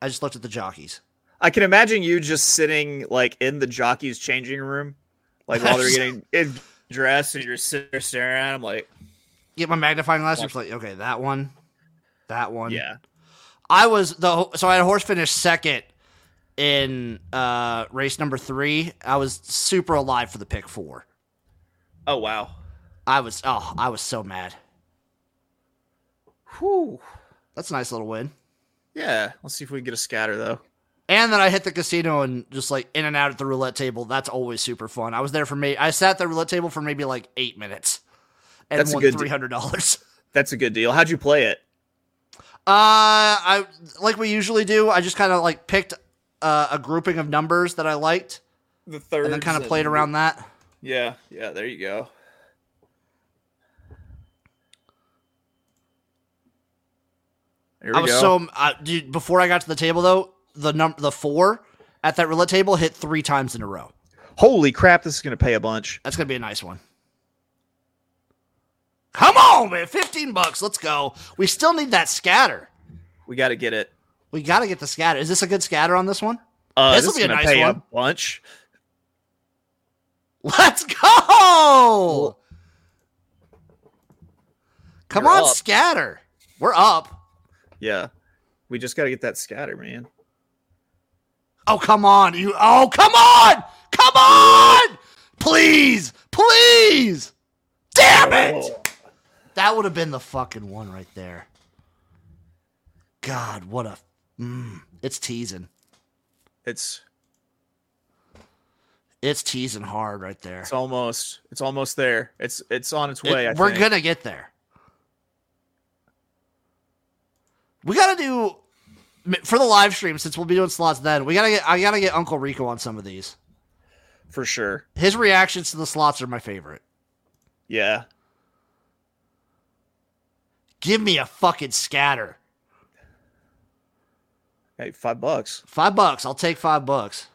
[SPEAKER 1] I just looked at the jockeys.
[SPEAKER 4] I can imagine you just sitting like in the jockey's changing room, like while they're getting in- dressed, and you're sitting there staring at them like,
[SPEAKER 1] Get my magnifying glass. It's like okay, that one, that one.
[SPEAKER 4] yeah,
[SPEAKER 1] I was the ho- so I had a horse finish second in uh race number three. I was super alive for the pick four.
[SPEAKER 4] oh wow,
[SPEAKER 1] I was oh I was so mad. Whew, that's a nice little win.
[SPEAKER 4] yeah. Let's see if we can get a scatter though.
[SPEAKER 1] And then I hit the casino and just like in and out at the roulette table. That's always super fun. I was there for me. I sat at the roulette table for maybe like eight minutes and
[SPEAKER 4] That's a
[SPEAKER 1] won
[SPEAKER 4] good-
[SPEAKER 1] three hundred dollars.
[SPEAKER 4] That's a good deal. How'd you play it?
[SPEAKER 1] Uh, I like we usually do. I just kind of like picked uh, a grouping of numbers that I liked
[SPEAKER 4] The third,
[SPEAKER 1] and then kind of played around that.
[SPEAKER 4] Yeah, yeah. There you go. Here we
[SPEAKER 1] I was
[SPEAKER 4] go.
[SPEAKER 1] so um, I, dude. Before I got to the table though, the num the four at that roulette table hit three times in a row.
[SPEAKER 4] Holy crap! This is gonna pay a bunch.
[SPEAKER 1] That's gonna be a nice one. Come on, man! Fifteen bucks. Let's go. We still need that scatter.
[SPEAKER 4] We got to get it.
[SPEAKER 1] We gotta get the scatter. Is this a good scatter on this one? [LAUGHS]
[SPEAKER 4] Uh,
[SPEAKER 1] This'll
[SPEAKER 4] this
[SPEAKER 1] be
[SPEAKER 4] is
[SPEAKER 1] a
[SPEAKER 4] gonna
[SPEAKER 1] nice
[SPEAKER 4] pay
[SPEAKER 1] one.
[SPEAKER 4] a bunch.
[SPEAKER 1] Let's go! Come
[SPEAKER 4] You're
[SPEAKER 1] on,
[SPEAKER 4] up.
[SPEAKER 1] scatter. We're up.
[SPEAKER 4] Yeah, we just got to get that scatter, man.
[SPEAKER 1] Oh, come on. You oh come on! Come on! Please! Please! Damn it! That would have been the fucking one right there. God, what a mm, it's teasing.
[SPEAKER 4] It's
[SPEAKER 1] It's teasing hard right there.
[SPEAKER 4] it's almost it's almost there. It's it's on its
[SPEAKER 1] It-
[SPEAKER 4] way. I
[SPEAKER 1] we're
[SPEAKER 4] think.
[SPEAKER 1] gonna get there. We gotta do for the live stream since we'll be doing slots then. We gotta get I gotta get Uncle Rico on some of these.
[SPEAKER 4] for sure.
[SPEAKER 1] His reactions to the slots are my favorite.
[SPEAKER 4] Yeah,
[SPEAKER 1] Give me a fucking scatter.
[SPEAKER 4] hey, five bucks.
[SPEAKER 1] Five bucks. I'll take five bucks.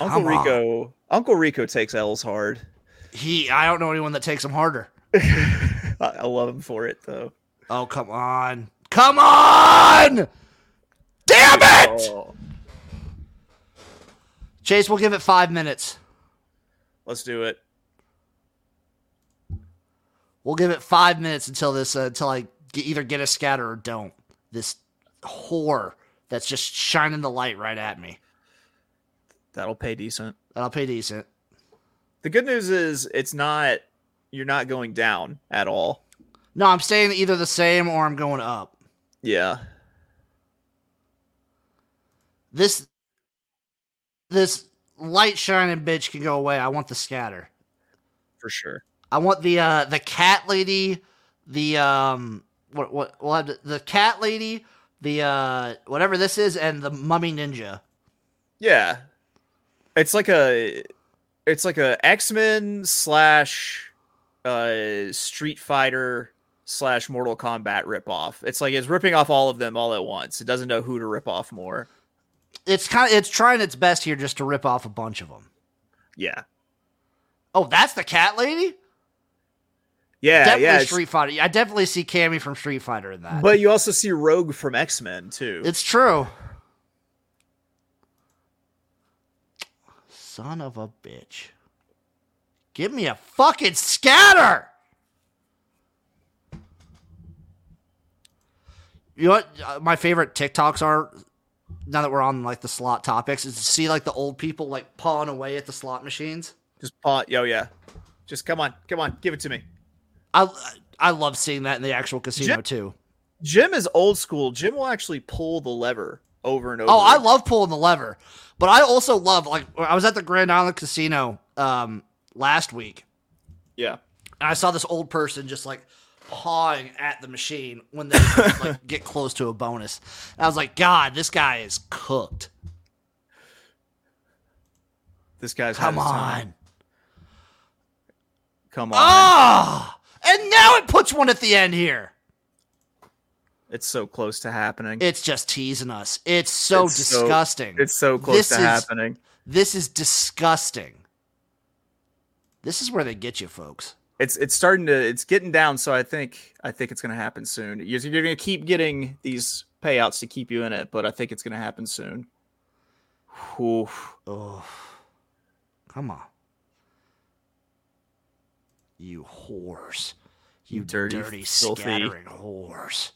[SPEAKER 4] Uncle
[SPEAKER 1] Come on.
[SPEAKER 4] Rico. Uncle Rico takes L's hard. [LAUGHS]
[SPEAKER 1] He I don't know anyone that takes him harder.
[SPEAKER 4] I, I love him for it though.
[SPEAKER 1] Oh come on. Come on! Damn it!
[SPEAKER 4] Oh,
[SPEAKER 1] Chase, we'll give it five minutes.
[SPEAKER 4] let's do it.
[SPEAKER 1] We'll give it five minutes until this, uh, until I g- either get a scatter or don't. This whore that's just shining the light right at me.
[SPEAKER 4] That'll pay decent.
[SPEAKER 1] And I'll pay decent.
[SPEAKER 4] The good news is it's not you're not going down at all.
[SPEAKER 1] No, I'm staying either the same or I'm going up.
[SPEAKER 4] Yeah.
[SPEAKER 1] This, this light shining bitch can go away. I want the scatter.
[SPEAKER 4] For sure.
[SPEAKER 1] I want the uh the cat lady, the um what what what the cat lady, the uh whatever this is, and the mummy ninja.
[SPEAKER 4] Yeah. It's like a it's like a X-Men slash uh Street Fighter slash Mortal Kombat ripoff. It's like it's ripping off all of them all at once. It doesn't know who to rip off more.
[SPEAKER 1] It's kind of it's trying its best here just to rip off a bunch of them.
[SPEAKER 4] Yeah.
[SPEAKER 1] Oh, that's the cat lady.
[SPEAKER 4] Yeah,
[SPEAKER 1] definitely
[SPEAKER 4] yeah. it's-
[SPEAKER 1] Street Fighter. I definitely see Cammy from Street Fighter in that.
[SPEAKER 4] But you also see Rogue from X-Men too.
[SPEAKER 1] it's true. Son of a bitch. Give me a fucking scatter. You know what uh, my favorite TikToks are now that we're on like the slot topics is to see like the old people like pawing away at the slot machines.
[SPEAKER 4] Just pot. Yo, yeah. Just come on, come on, give it to me.
[SPEAKER 1] I I love seeing that in the actual casino
[SPEAKER 4] Jim-
[SPEAKER 1] too.
[SPEAKER 4] Jim is old school. Jim will actually pull the lever over and over.
[SPEAKER 1] Oh, I love pulling the lever, but I also love like I was at the Grand Island Casino um last week,
[SPEAKER 4] Yeah.
[SPEAKER 1] and I saw this old person just like pawing at the machine when
[SPEAKER 4] [LAUGHS]
[SPEAKER 1] they like get close to a bonus. And I was like, God, this guy is cooked.
[SPEAKER 4] This guy's had
[SPEAKER 1] Come
[SPEAKER 4] his time.
[SPEAKER 1] on,
[SPEAKER 4] Come on.
[SPEAKER 1] ah, and now it puts one at the end here.
[SPEAKER 4] It's so close to happening.
[SPEAKER 1] It's just teasing us. It's so
[SPEAKER 4] It's so-
[SPEAKER 1] disgusting.
[SPEAKER 4] it's so close
[SPEAKER 1] This
[SPEAKER 4] to
[SPEAKER 1] is-
[SPEAKER 4] happening.
[SPEAKER 1] This is disgusting. This is where they get you, folks.
[SPEAKER 4] It's it's starting to it's getting down. So I think I think it's going to happen soon. You're, you're going to keep getting these payouts to keep you in it, but I think it's going to happen soon. Oof.
[SPEAKER 1] Oh, come on. You whores. You dirty,
[SPEAKER 4] dirty, filthy-
[SPEAKER 1] scattering whores.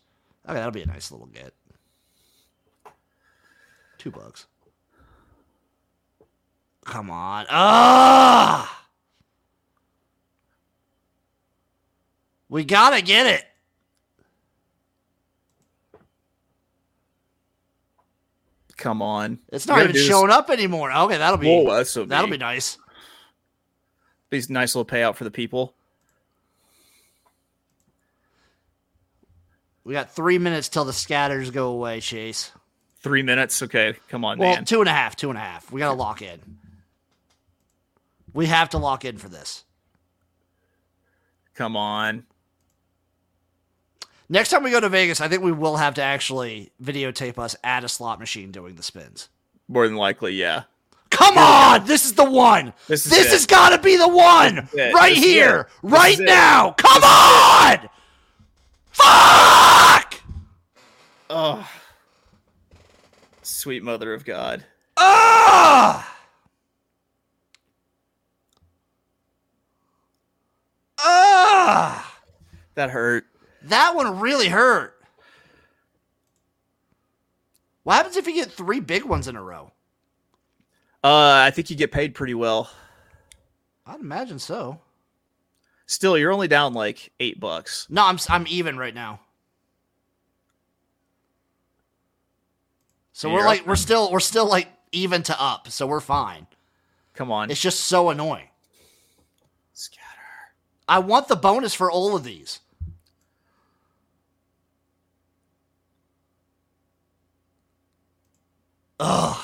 [SPEAKER 1] Okay, that'll be a nice little get. Two bucks. Come on. Ah! We gotta get it.
[SPEAKER 4] Come on.
[SPEAKER 1] It's
[SPEAKER 4] We're
[SPEAKER 1] not
[SPEAKER 4] gonna
[SPEAKER 1] even
[SPEAKER 4] do this-
[SPEAKER 1] showing up anymore. Okay, that'll be
[SPEAKER 4] Whoa, that's so
[SPEAKER 1] that'll
[SPEAKER 4] big.
[SPEAKER 1] be nice.
[SPEAKER 4] These nice little payout for the people.
[SPEAKER 1] We got three minutes till the scatters go away, Chase.
[SPEAKER 4] Three minutes. Okay. Come on,
[SPEAKER 1] Well,
[SPEAKER 4] man.
[SPEAKER 1] two and a half, two and a half. We gotta lock in. We have to lock in for this.
[SPEAKER 4] Come on.
[SPEAKER 1] Next time we go to Vegas, I think we will have to actually videotape us at a slot machine doing the spins.
[SPEAKER 4] More than likely, yeah.
[SPEAKER 1] Come on! This is the one!
[SPEAKER 4] This is
[SPEAKER 1] this
[SPEAKER 4] it.
[SPEAKER 1] has gotta be the one!
[SPEAKER 4] it.
[SPEAKER 1] Right
[SPEAKER 4] This is
[SPEAKER 1] here!
[SPEAKER 4] it. This
[SPEAKER 1] Right
[SPEAKER 4] is it.
[SPEAKER 1] now! Come on! Fuck!
[SPEAKER 4] Oh, sweet mother of God.
[SPEAKER 1] Ah! Ah!
[SPEAKER 4] That hurt.
[SPEAKER 1] That one really hurt. What happens if you get three big ones in a row?
[SPEAKER 4] Uh, I think you get paid pretty well.
[SPEAKER 1] I'd imagine so.
[SPEAKER 4] Still, you're only down like eight bucks.
[SPEAKER 1] No, I'm s- I'm even right now. So
[SPEAKER 4] Yeah,
[SPEAKER 1] we're
[SPEAKER 4] you're
[SPEAKER 1] like
[SPEAKER 4] up
[SPEAKER 1] we're still we're still like even to up, so we're fine.
[SPEAKER 4] Come on.
[SPEAKER 1] It's just so annoying.
[SPEAKER 4] Scatter.
[SPEAKER 1] I want the bonus for all of these. Ugh.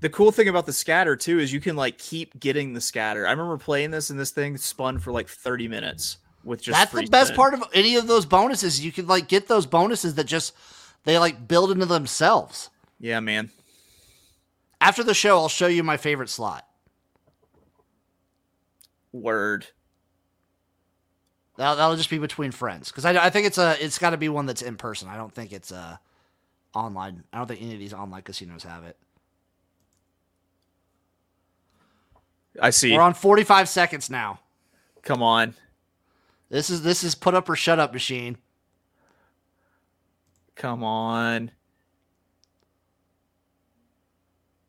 [SPEAKER 4] The cool thing about the scatter too is you can like keep getting the scatter. I remember playing this and this thing spun for like 30 minutes with just
[SPEAKER 1] That's
[SPEAKER 4] free
[SPEAKER 1] the best
[SPEAKER 4] spin.
[SPEAKER 1] part of any of those bonuses. You can like get those bonuses that just they like build into themselves.
[SPEAKER 4] Yeah, man.
[SPEAKER 1] After the show, I'll show you my favorite slot.
[SPEAKER 4] Word.
[SPEAKER 1] That'll, that'll just be between friends because I, I think it's a it's got to be one that's in person. I don't think it's uh online. I don't think any of these online casinos have it.
[SPEAKER 4] I see.
[SPEAKER 1] We're on forty five seconds now.
[SPEAKER 4] Come on.
[SPEAKER 1] This is this is put up or shut up machine.
[SPEAKER 4] Come on.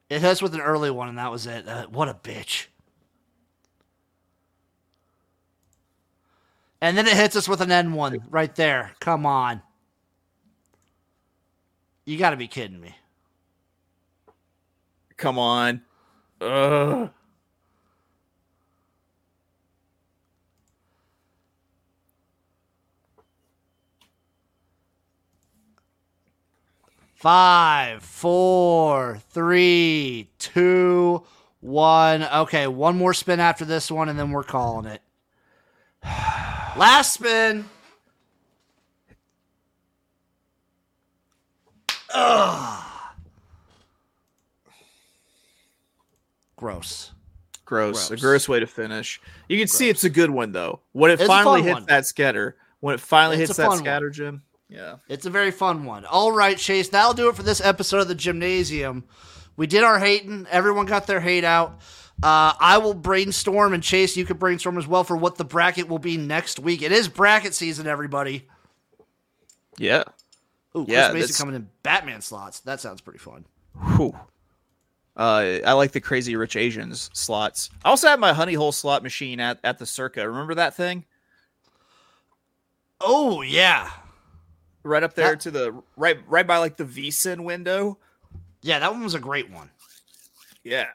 [SPEAKER 1] It hits with an early one, and that was it. Uh, what a bitch. And then it hits us with an N one right there. Come on. You got to be kidding me.
[SPEAKER 4] Come on. Ugh.
[SPEAKER 1] Five, four, three, two, one. Okay, one more spin after this one, and then we're calling it. [SIGHS] Last spin. Ugh. Gross.
[SPEAKER 4] Gross.
[SPEAKER 1] Gross.
[SPEAKER 4] A gross way to finish. You can see it's a good one though. When it
[SPEAKER 1] It's a
[SPEAKER 4] finally
[SPEAKER 1] fun
[SPEAKER 4] hits
[SPEAKER 1] one.
[SPEAKER 4] that scatter, when it finally
[SPEAKER 1] It's
[SPEAKER 4] hits
[SPEAKER 1] a
[SPEAKER 4] that
[SPEAKER 1] fun one.
[SPEAKER 4] scatter, Jim. Yeah.
[SPEAKER 1] It's a very fun one. All right, Chase, that'll do it for this episode of the gymnasium. We did our hating. Everyone got their hate out. Uh, I will brainstorm, and Chase, you could brainstorm as well for what the bracket will be next week. It is bracket season, everybody.
[SPEAKER 4] Yeah.
[SPEAKER 1] Ooh,
[SPEAKER 4] Yeah,
[SPEAKER 1] Chris Mason
[SPEAKER 4] that's-
[SPEAKER 1] coming in Batman slots. That sounds pretty fun.
[SPEAKER 4] Whew. Uh, I like the crazy rich Asians slots. I also have my honey hole slot machine at, at the circa. Remember that thing
[SPEAKER 1] Oh yeah,
[SPEAKER 4] right up there
[SPEAKER 1] That-
[SPEAKER 4] to the right, right by like the VSIN window.
[SPEAKER 1] yeah, that one was a great one.
[SPEAKER 4] Yeah,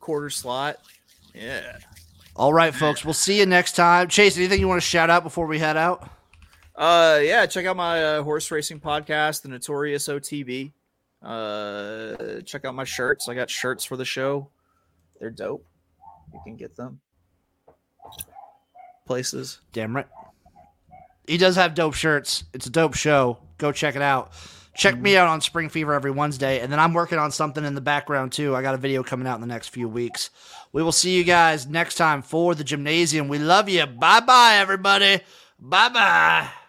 [SPEAKER 4] quarter slot. Yeah.
[SPEAKER 1] All right, folks, we'll see you next time. Chase, anything you want to shout out before we head out?
[SPEAKER 4] Uh, yeah. Check out my uh, horse racing podcast, the Notorious OTB. Uh, check out my shirts. I got shirts for the show. They're dope. You can get them places.
[SPEAKER 1] Damn right. He does have dope shirts. It's a dope show. Go check it out. Check me out on Spring Fever every Wednesday. And then I'm working on something in the background, too. I got a video coming out in the next few weeks. We will see you guys next time for the gymnasium. We love you. Bye bye, everybody. Bye bye.